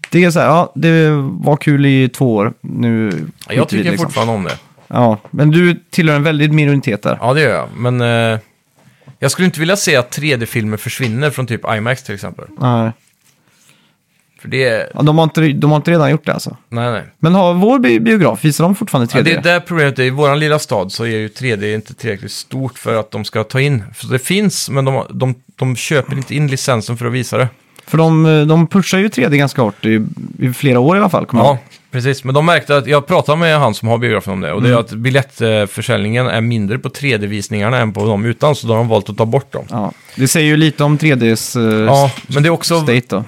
S2: det är så här, ja, det var kul i två år, nu
S1: Ja,
S2: skiter vi
S1: Jag
S2: i det,
S1: tycker
S2: liksom.
S1: fortfarande om det.
S2: Ja, men du tillhör en väldigt minoritet där.
S1: Ja, det gör jag. Men eh, jag skulle inte vilja se att 3D-filmer försvinner från typ IMAX till exempel.
S2: Nej.
S1: För det är...
S2: Ja, de, har inte, de har inte redan gjort det alltså.
S1: Nej, nej.
S2: Men har vår bi- biograf, visar de fortfarande 3D?
S1: Ja, det är där problemet är. I vår lilla stad så är ju 3D inte tillräckligt stort för att de ska ta in. För det finns, men de, de, de köper inte in licensen för att visa det.
S2: För de, eh, de pushar ju 3D ganska hårt i, i flera år i alla fall. Kommer jag
S1: Ja,
S2: ihåg.
S1: precis. Men de märkte att, jag pratade med han som har biografen om det, och det är att biljettförsäljningen är mindre på 3D-visningarna än på de utan, så då har de valt att ta bort dem.
S2: ja. Det säger ju lite om 3Ds eh,
S1: Ja, men det är också
S2: state då.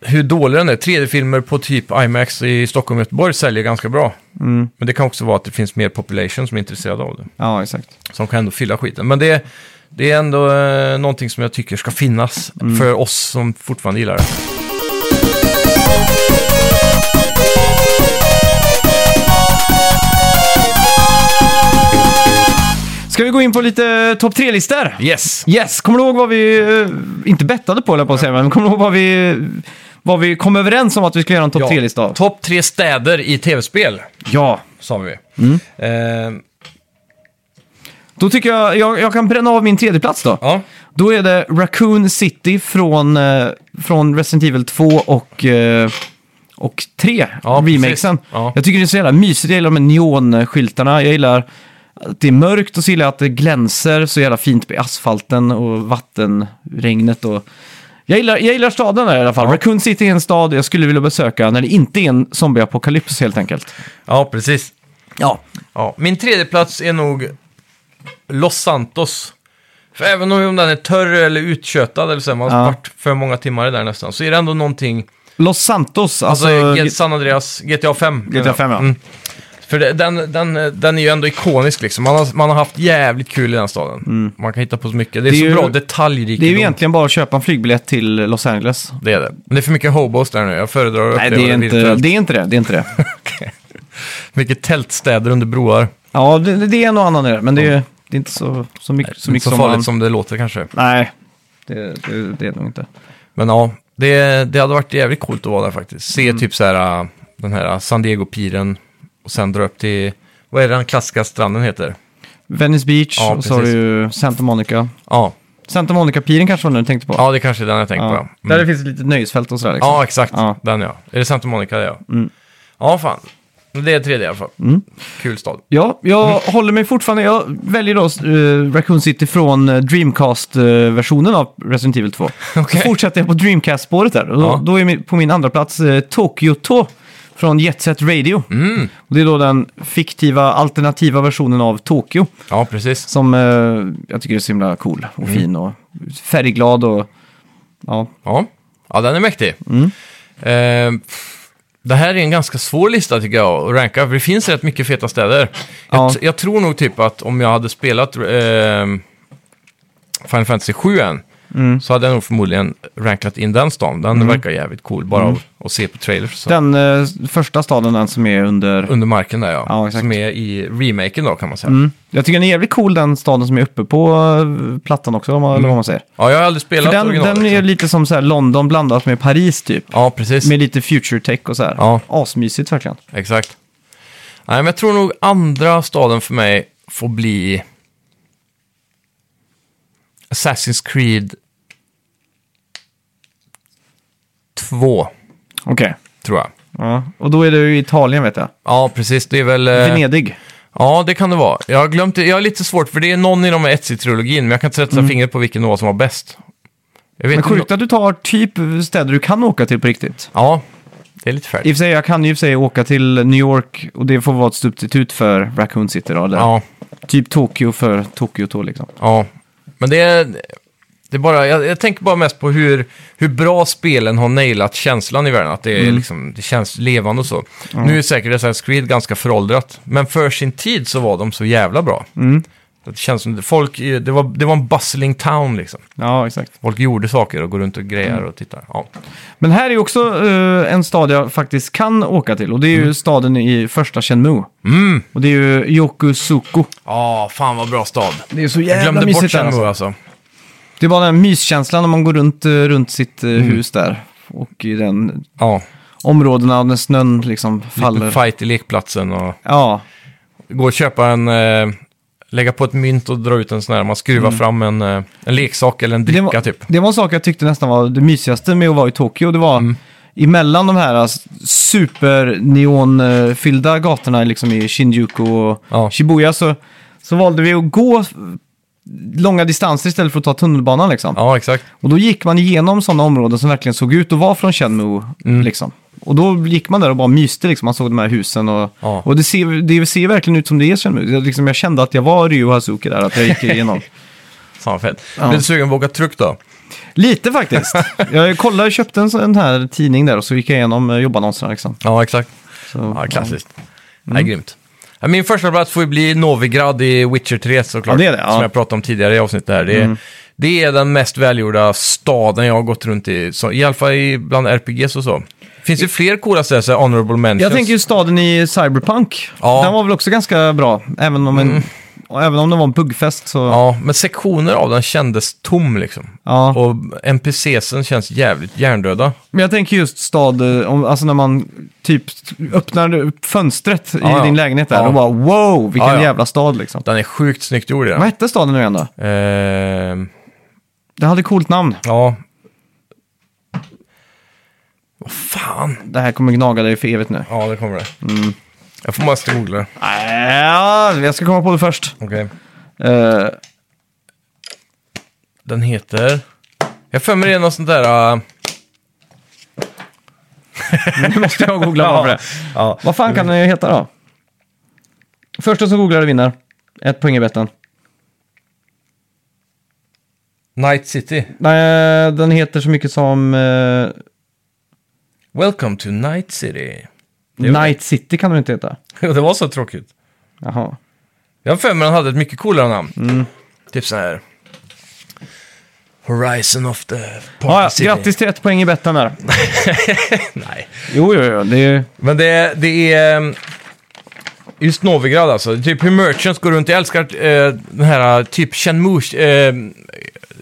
S1: hur dålig den är. 3D-filmer på typ IMAX i Stockholm och Göteborg säljer ganska bra. Men det kan också vara att det finns mer population som är intresserad av det.
S2: Ja, exakt.
S1: Som kan ändå fylla skiten. Men det, det är ändå eh, någonting som jag tycker ska finnas för oss som fortfarande gillar det.
S2: Ska vi gå in på lite topp tre-listor?
S1: Yes!
S2: Yes, kommer du ihåg vad vi, eh, inte bettade på eller på att säga, men kommer du ihåg vad vi, vad vi kom överens om att vi skulle göra en topp tre-lista av?
S1: Topp tre städer i tv-spel,
S2: Ja.
S1: sa vi. Eh,
S2: Då tycker jag, jag, jag kan bränna av min tredje plats då.
S1: ja.
S2: Då är det Raccoon City från, eh, från Resident Evil 2 och, eh, och 3,
S1: Ja,
S2: remakesen.
S1: precis. Ja.
S2: Jag tycker det är så jävla mysigt, jag gillar de här neonskyltarna, jag gillar att det är mörkt och så gillar jag att det glänser så jävla fint på asfalten och vattenregnet. Och... Jag, gillar, jag gillar staden där i alla fall. Raccoon City är en stad jag skulle vilja besöka när det inte är en zombieapokalyps helt enkelt.
S1: ja, precis.
S2: Ja.
S1: Ja, min tredje plats är nog Los Santos. För även om den är törr eller utkötad eller så, här, man har
S2: Ja.
S1: varit för många timmar där nästan, så är det ändå någonting.
S2: Los Santos, alltså...
S1: Alltså, G- San Andreas, GTA 5.
S2: GTA 5, ja.
S1: Mm. För det, den, den, den är ju ändå ikonisk liksom. Man har, man har haft jävligt kul i den staden. Man kan hitta på så mycket. Det
S2: Mm.
S1: är,
S2: Det är
S1: så
S2: ju-
S1: bra detaljrikedom.
S2: det är ju egentligen bara att köpa en flygbiljett till Los Angeles.
S1: Det är det. Men det är för mycket hobos där nu. Jag föredrar att
S2: Nej,
S1: uppleva
S2: det är, inte,
S1: virtuellt.
S2: det är inte det. Det är inte det.
S1: Mycket tältstäder under broar.
S2: Ja, det, det är en och annan är det, men det är, det är inte så, så mycket, så
S1: Så,
S2: mycket
S1: så
S2: som
S1: farligt
S2: man...
S1: som det låter kanske.
S2: Nej, det, det, det är det nog inte.
S1: Men ja, det, det hade varit jävligt coolt att vara där faktiskt. Se typ så här, äh, den här San Diego-piren och sen dra upp till, vad är det den klassiska stranden heter?
S2: Venice Beach,
S1: Ja,
S2: och så har
S1: precis.
S2: du ju Santa Monica.
S1: Ja,
S2: Santa Monica-piren kanske var den du tänkte på?
S1: ja det kanske är den jag tänkte
S2: Ja.
S1: på. ja.
S2: Där
S1: Mm.
S2: det finns lite nöjesfält och sådär. Liksom.
S1: Ja, exakt.
S2: Ja.
S1: Den ja. Är det Santa Monica det ja? Ja, fan. Det är 3D i alla fall. Kul stad.
S2: Ja, jag håller mig fortfarande... Jag väljer då uh, Raccoon City från Dreamcast-versionen av Resident Evil 2.
S1: Okej.
S2: Så fortsätter jag på Dreamcast-spåret där. Och
S1: Ja.
S2: Då, då är min- på min andra plats uh, Tokyo To från Jet Set Radio.
S1: Mm.
S2: Och det är då den fiktiva alternativa versionen av Tokyo.
S1: Ja, precis.
S2: Som eh, jag tycker är så himla cool och
S1: Mm.
S2: fin och färgglad och... Ja,
S1: Ja, ja den är mäktig.
S2: Mm.
S1: Eh, det här är en ganska svår lista tycker jag att ranka, för det finns rätt mycket feta städer.
S2: Ja.
S1: Jag, t- jag tror nog typ att om jag hade spelat eh, Final Fantasy 7 än,
S2: Mm.
S1: så hade jag nog förmodligen rankat in den stan. Den verkar jävligt cool, bara av att se på trailers. Så.
S2: Mm. den eh, första staden den som är under...
S1: Under marken där ja,
S2: Ja, exakt.
S1: som är i remaken då kan man säga.
S2: Mm. Jag tycker den är jävligt cool den staden som är uppe på eh, plattan också, om man- eller vad
S1: Mm.
S2: man säger.
S1: Ja, jag har aldrig
S2: För
S1: spelat
S2: den,
S1: originalet.
S2: den är
S1: liksom.
S2: lite som så här London blandat med Paris typ.
S1: Ja, precis.
S2: Med lite future tech och så här.
S1: Ja.
S2: Asmysigt verkligen.
S1: Exakt. Nej, men jag tror nog andra staden för mig får bli Assassin's Creed 2,
S2: Okej.
S1: tror jag.
S2: Ja. Och då är det ju Italien vet jag.
S1: Ja, precis. Det är väl... eh,
S2: Venedig.
S1: Ja, det kan det vara. Jag har glömt det. Jag har lite svårt, för det är någon i de här Etsy-trilogin, men jag kan inte sätta fingret på vilken av som var bäst. Jag
S2: Mm.
S1: vet
S2: Men
S1: inte.
S2: sjukt att du tar typ städer du kan åka till på riktigt.
S1: Ja, det är lite
S2: I och
S1: färdigt.
S2: för sig, jag kan ju i och för sig åka till New York och det får vara ett substitut för Raccoon City då. Eller
S1: Ja,
S2: typ Tokyo för Tokyo då liksom.
S1: ja. Men det är... Det är bara, jag, jag tänker bara mest på hur, hur bra spelen har nailat känslan i världen. Att det, är
S2: Mm.
S1: liksom, det känns levande och så. Nu är säkert Assassin's Creed ganska föråldrat. Men för sin tid så var de så jävla bra.
S2: Mm.
S1: Det känns som folk, det var, det var en bustling town liksom.
S2: Ja, exakt.
S1: Folk gjorde saker och går runt och
S2: Mm.
S1: grejer och tittar. Ja.
S2: Men här är ju också eh, en stad jag faktiskt kan åka till och det är ju staden i första Shenmue.
S1: Mm.
S2: Och det är ju Yokosuku.
S1: Ja, fan vad bra stad.
S2: Det är så
S1: Jag
S2: jävla
S1: glömde bort
S2: mysigt där.
S1: Shenmue
S2: Alltså.
S1: alltså.
S2: Det är bara den här myskänslan när man går runt, eh, runt sitt eh,
S1: Mm.
S2: hus där. Och i den
S1: Ja,
S2: områdena när snön liksom
S1: lite
S2: faller.
S1: fight i lekplatsen och
S2: Ja,
S1: gå och köpa en, eh, lägga på ett mynt och dra ut en sån här, man skruvar fram en, eh, en leksak eller en
S2: Mm. det
S1: dricka
S2: var,
S1: typ.
S2: det var en sak jag tyckte nästan var det mysigaste med att vara i Tokyo. Det var
S1: Mm.
S2: emellan de här alltså, superneonfyllda gatorna liksom i Shinjuku och
S1: Ja.
S2: Shibuya så, så valde vi att gå eh, långa distanser istället för att ta tunnelbanan liksom.
S1: Ja, exakt.
S2: Och då gick man igenom sådana områden som verkligen såg ut och var från Chenmo.
S1: Mm.
S2: Liksom. Och då gick man där och bara myste, liksom. man såg de här husen. Och,
S1: Ja.
S2: och det, ser, det ser verkligen ut som det är Chenmo. Jag, liksom, jag kände att jag var Ryo Hazuki där, att jag gick igenom.
S1: Fan vad fett.
S2: Ja.
S1: Blir du sugen på att åka truck då?
S2: Lite faktiskt. Jag kollade och köpte en sån här tidning där och så gick jag igenom eh, jobbannonserna. Liksom.
S1: Ja, exakt.
S2: Så, Mm.
S1: Ja, klassiskt. Nej, grymt. Ja, Min första plats får ju bli Novigrad i Witcher 3 såklart.
S2: Ja, det är det, ja. Mm.
S1: Som jag pratade om tidigare i avsnittet här. Det är, det är den mest välgjorda staden jag har gått runt i, så, i alla fall i- bland RPGs och så. Finns det fler coola städer, så här honorable mentions?
S2: Jag tänker ju staden i Cyberpunk.
S1: Ja. Mm.
S2: Den var väl också ganska bra, även om, en, och även om det var en buggfest. Så, ja.
S1: Ja, men sektioner av den kändes tom liksom. Och NPCsen känns jävligt hjärndöda.
S2: Men jag tänker just stad, eh, om- alltså när man typ öppnar upp fönstret i
S1: Ja, ja.
S2: din lägenhet där
S1: Ja.
S2: och bara wow, vilken
S1: Ja, ja.
S2: jävla stad liksom.
S1: Den är sjukt snyggt gjord i den.
S2: Vad hette staden nu igen då?
S1: Ehm,
S2: Det hade coolt namn.
S1: ja. Vad fan.
S2: Det här kommer gnaga dig för evigt nu.
S1: Ja, det kommer det.
S2: Mm.
S1: Jag får måste googla det.
S2: Ja, jag ska komma på det först.
S1: Okej.
S2: Eh,
S1: Den heter... Jag för mig det är något sånt där... äh,
S2: nu måste jag googla bara för det.
S1: Ja.
S2: Vad fan kan den heta då? Första som googlar vinner. Ett poäng i betten.
S1: Night City.
S2: Nej, den heter så mycket som eh,
S1: Welcome to Night City. Det var-
S2: Night City kan den inte heta.
S1: Jo, det var så tråkigt.
S2: Jaha.
S1: Jag har för mig den hade ett mycket coolare namn. Typ så här... Horizon of the Party
S2: Ja, ja,
S1: City.
S2: grattis till ett poäng i betten där.
S1: Nej.
S2: Jo, jo, jo. Det är ju...
S1: Men det, det är... ehm, Just Novigrad alltså. Typ hur merchants går runt. Jag älskar eh, den här typ Chenmu. Eh,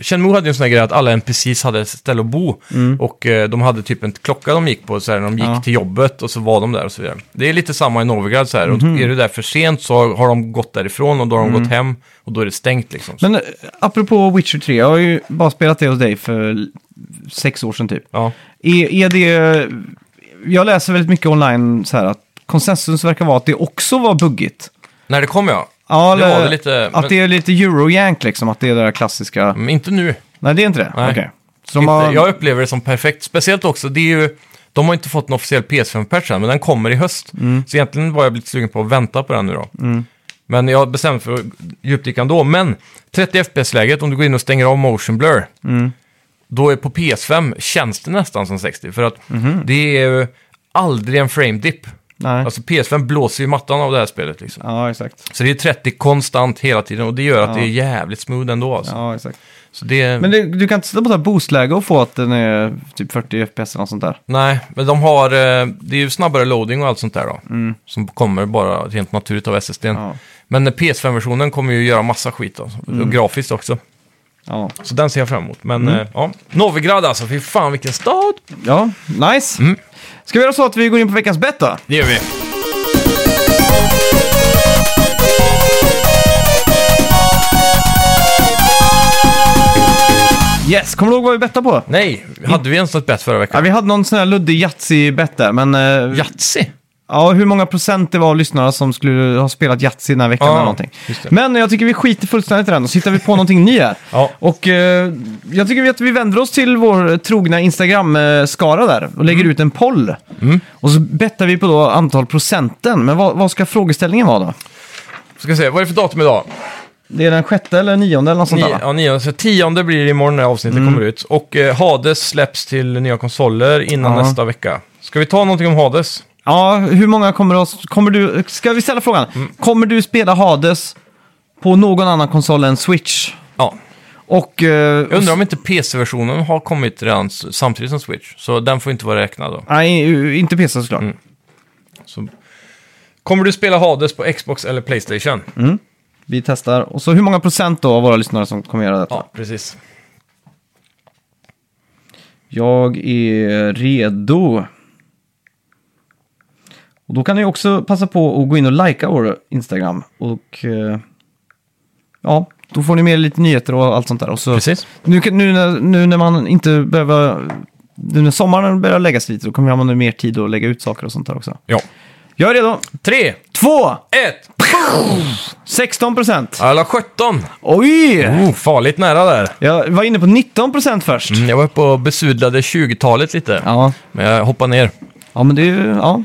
S1: Chenmu hade ju en sån här grej att alla NPCs hade ett ställe att bo. Och eh, de hade typ en klocka de gick på så här, när de gick
S2: Ja.
S1: till jobbet och så var de där och så vidare. Det är lite samma i Novigrad så här.
S2: Mhm.
S1: Och är du där för sent så har de gått därifrån och då har de gått hem och då är det stängt liksom.
S2: Mm. Men eh, apropå Witcher 3, jag har ju bara spelat det hos dig för l- sex år sedan typ.
S1: ja.
S2: Är, är det... Jag läser väldigt mycket online så här att konsensus verkar vara att det också var buggigt.
S1: När det kom ja.
S2: Ja,
S1: Det
S2: eller,
S1: var det lite,
S2: att
S1: men-
S2: det är lite eurojank liksom, att det är det där klassiska.
S1: Men inte nu.
S2: Nej, det är inte det?
S1: Nej.
S2: Okej. Så de har...
S1: Inte, jag upplever det som perfekt. Speciellt också, det är ju... De har inte fått en officiell PS5-patch än, men den kommer i höst.
S2: Mm.
S1: Så egentligen var jag blivit sugen på att vänta på den nu då. Men jag bestämde mig för att djupdyka ändå. Men 30 FPS-läget, om du går in och stänger av motion blur,
S2: Mm.
S1: då är på PS5 känns det nästan som 60. För att det är ju aldrig en frame dip.
S2: Mhm. Nej.
S1: Alltså PS5 blåser ju mattan av det här spelet liksom.
S2: Ja, exakt.
S1: Så det är 30 konstant hela tiden och det gör att det är jävligt smooth ändå alltså.
S2: Ja, exakt.
S1: Så det...
S2: Men det, du kan inte sätta på det här boostläge och få att den är typ 40 FPS eller något sånt där.
S1: Nej, men de har, eh, det är ju snabbare loading och allt sånt där då. Som kommer bara rent naturligt av SSD.
S2: Ja.
S1: Men eh, PS5-versionen kommer ju göra massa skit då, och grafiskt också.
S2: Ja,
S1: Så den ser jag fram emot. Men eh, ja, Novigrad alltså, fy fan vilken stad!
S2: ja nice.
S1: Mm.
S2: Ska vi göra så att vi går in på veckans bett då?
S1: Det gör vi.
S2: Yes, kommer du ihåg vad vi bettade på?
S1: Nej, hade vi ens något bett förra
S2: Ja,
S1: veckan?
S2: vi hade någon sån här luddig Yatzy-bett där, men... eh,
S1: Yatzy?
S2: Ja, hur många procent det var av lyssnarna som skulle ha spelat Yatzy den här veckan
S1: Ja,
S2: eller någonting.
S1: just det.
S2: Men jag tycker vi skiter fullständigt i den och så hittar vi på någonting nytt här.
S1: Ja.
S2: Och eh, jag tycker vi att vi vänder oss till vår trogna Instagram-skara där och
S1: Mm.
S2: lägger ut en poll. Och så bettar vi på då antal procenten. Men vad, vad ska frågeställningen vara då?
S1: Ska se, vad är det för datum idag?
S2: Det är den sjätte eller nionde eller något sånt
S1: Ni,
S2: där va?
S1: ja, nionde, så tionde blir det imorgon när avsnittet kommer ut. Och eh, Hades släpps till nya konsoler innan
S2: Ja.
S1: nästa vecka. Ska vi ta någonting om Hades?
S2: Ja, hur många kommer att... Kommer du... Ska vi ställa frågan?
S1: Mm.
S2: Kommer du spela Hades på någon annan konsol än Switch?
S1: Ja,
S2: Och... eh,
S1: Jag undrar om inte PC-versionen har kommit redan s- samtidigt som Switch, så den får inte vara räknad då.
S2: Nej, eh, inte PC såklart.
S1: Mm. Så... Kommer du spela Hades på Xbox eller Playstation?
S2: Mm. Vi testar. Och så hur många procent då av våra lyssnare som kommer göra detta?
S1: Ja, precis.
S2: Jag är redo. Och då kan ni också passa på att gå in och likea vår Instagram. Och eh, ja, då får ni med lite nyheter och allt sånt där. Och så,
S1: Precis.
S2: nu, kan- nu, när, nu när man inte behöver... Nu när sommaren börjar lägga sig lite, då kommer man ha mer tid att lägga ut saker och sånt där också.
S1: Ja.
S2: Jag är redo.
S1: Tre,
S2: Två!
S1: ett.
S2: 16 procent!
S1: Alla 17!
S2: Oj!
S1: Oh, farligt nära där.
S2: Jag var inne på 19 procent först.
S1: Mm, Jag var uppe och besudlade 20-talet lite,
S2: Ja,
S1: men jag hoppade ner.
S2: ja men det är ju... Ja.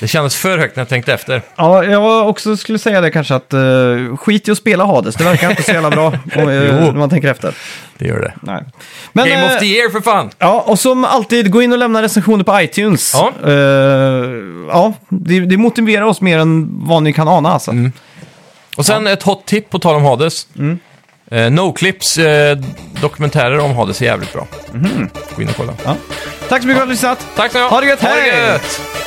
S1: Det kändes för högt när jag tänkte efter.
S2: Ja, jag också skulle säga det kanske att eh, skit i att spela Hades. Det verkar inte så jävla bra om, eh,
S1: Jo.
S2: när man tänker efter.
S1: Det gör det.
S2: Nej. Men,
S1: Game
S2: eh,
S1: of the year för fan!
S2: Ja, och som alltid, gå in och lämna recensioner på iTunes.
S1: Ja.
S2: Eh, ja det, det motiverar oss mer än vad ni kan ana alltså.
S1: Mm. Och sen ett hot tip på tal om Hades.
S2: Mm.
S1: Eh, no Clips eh, dokumentärer om Hades är jävligt bra. Gå in och kolla.
S2: Ja. Tack så mycket för att ni har lyssnat.
S1: Tack så mycket!
S2: Mhm. Ha det gött,
S1: Ha det
S2: hej!
S1: gött!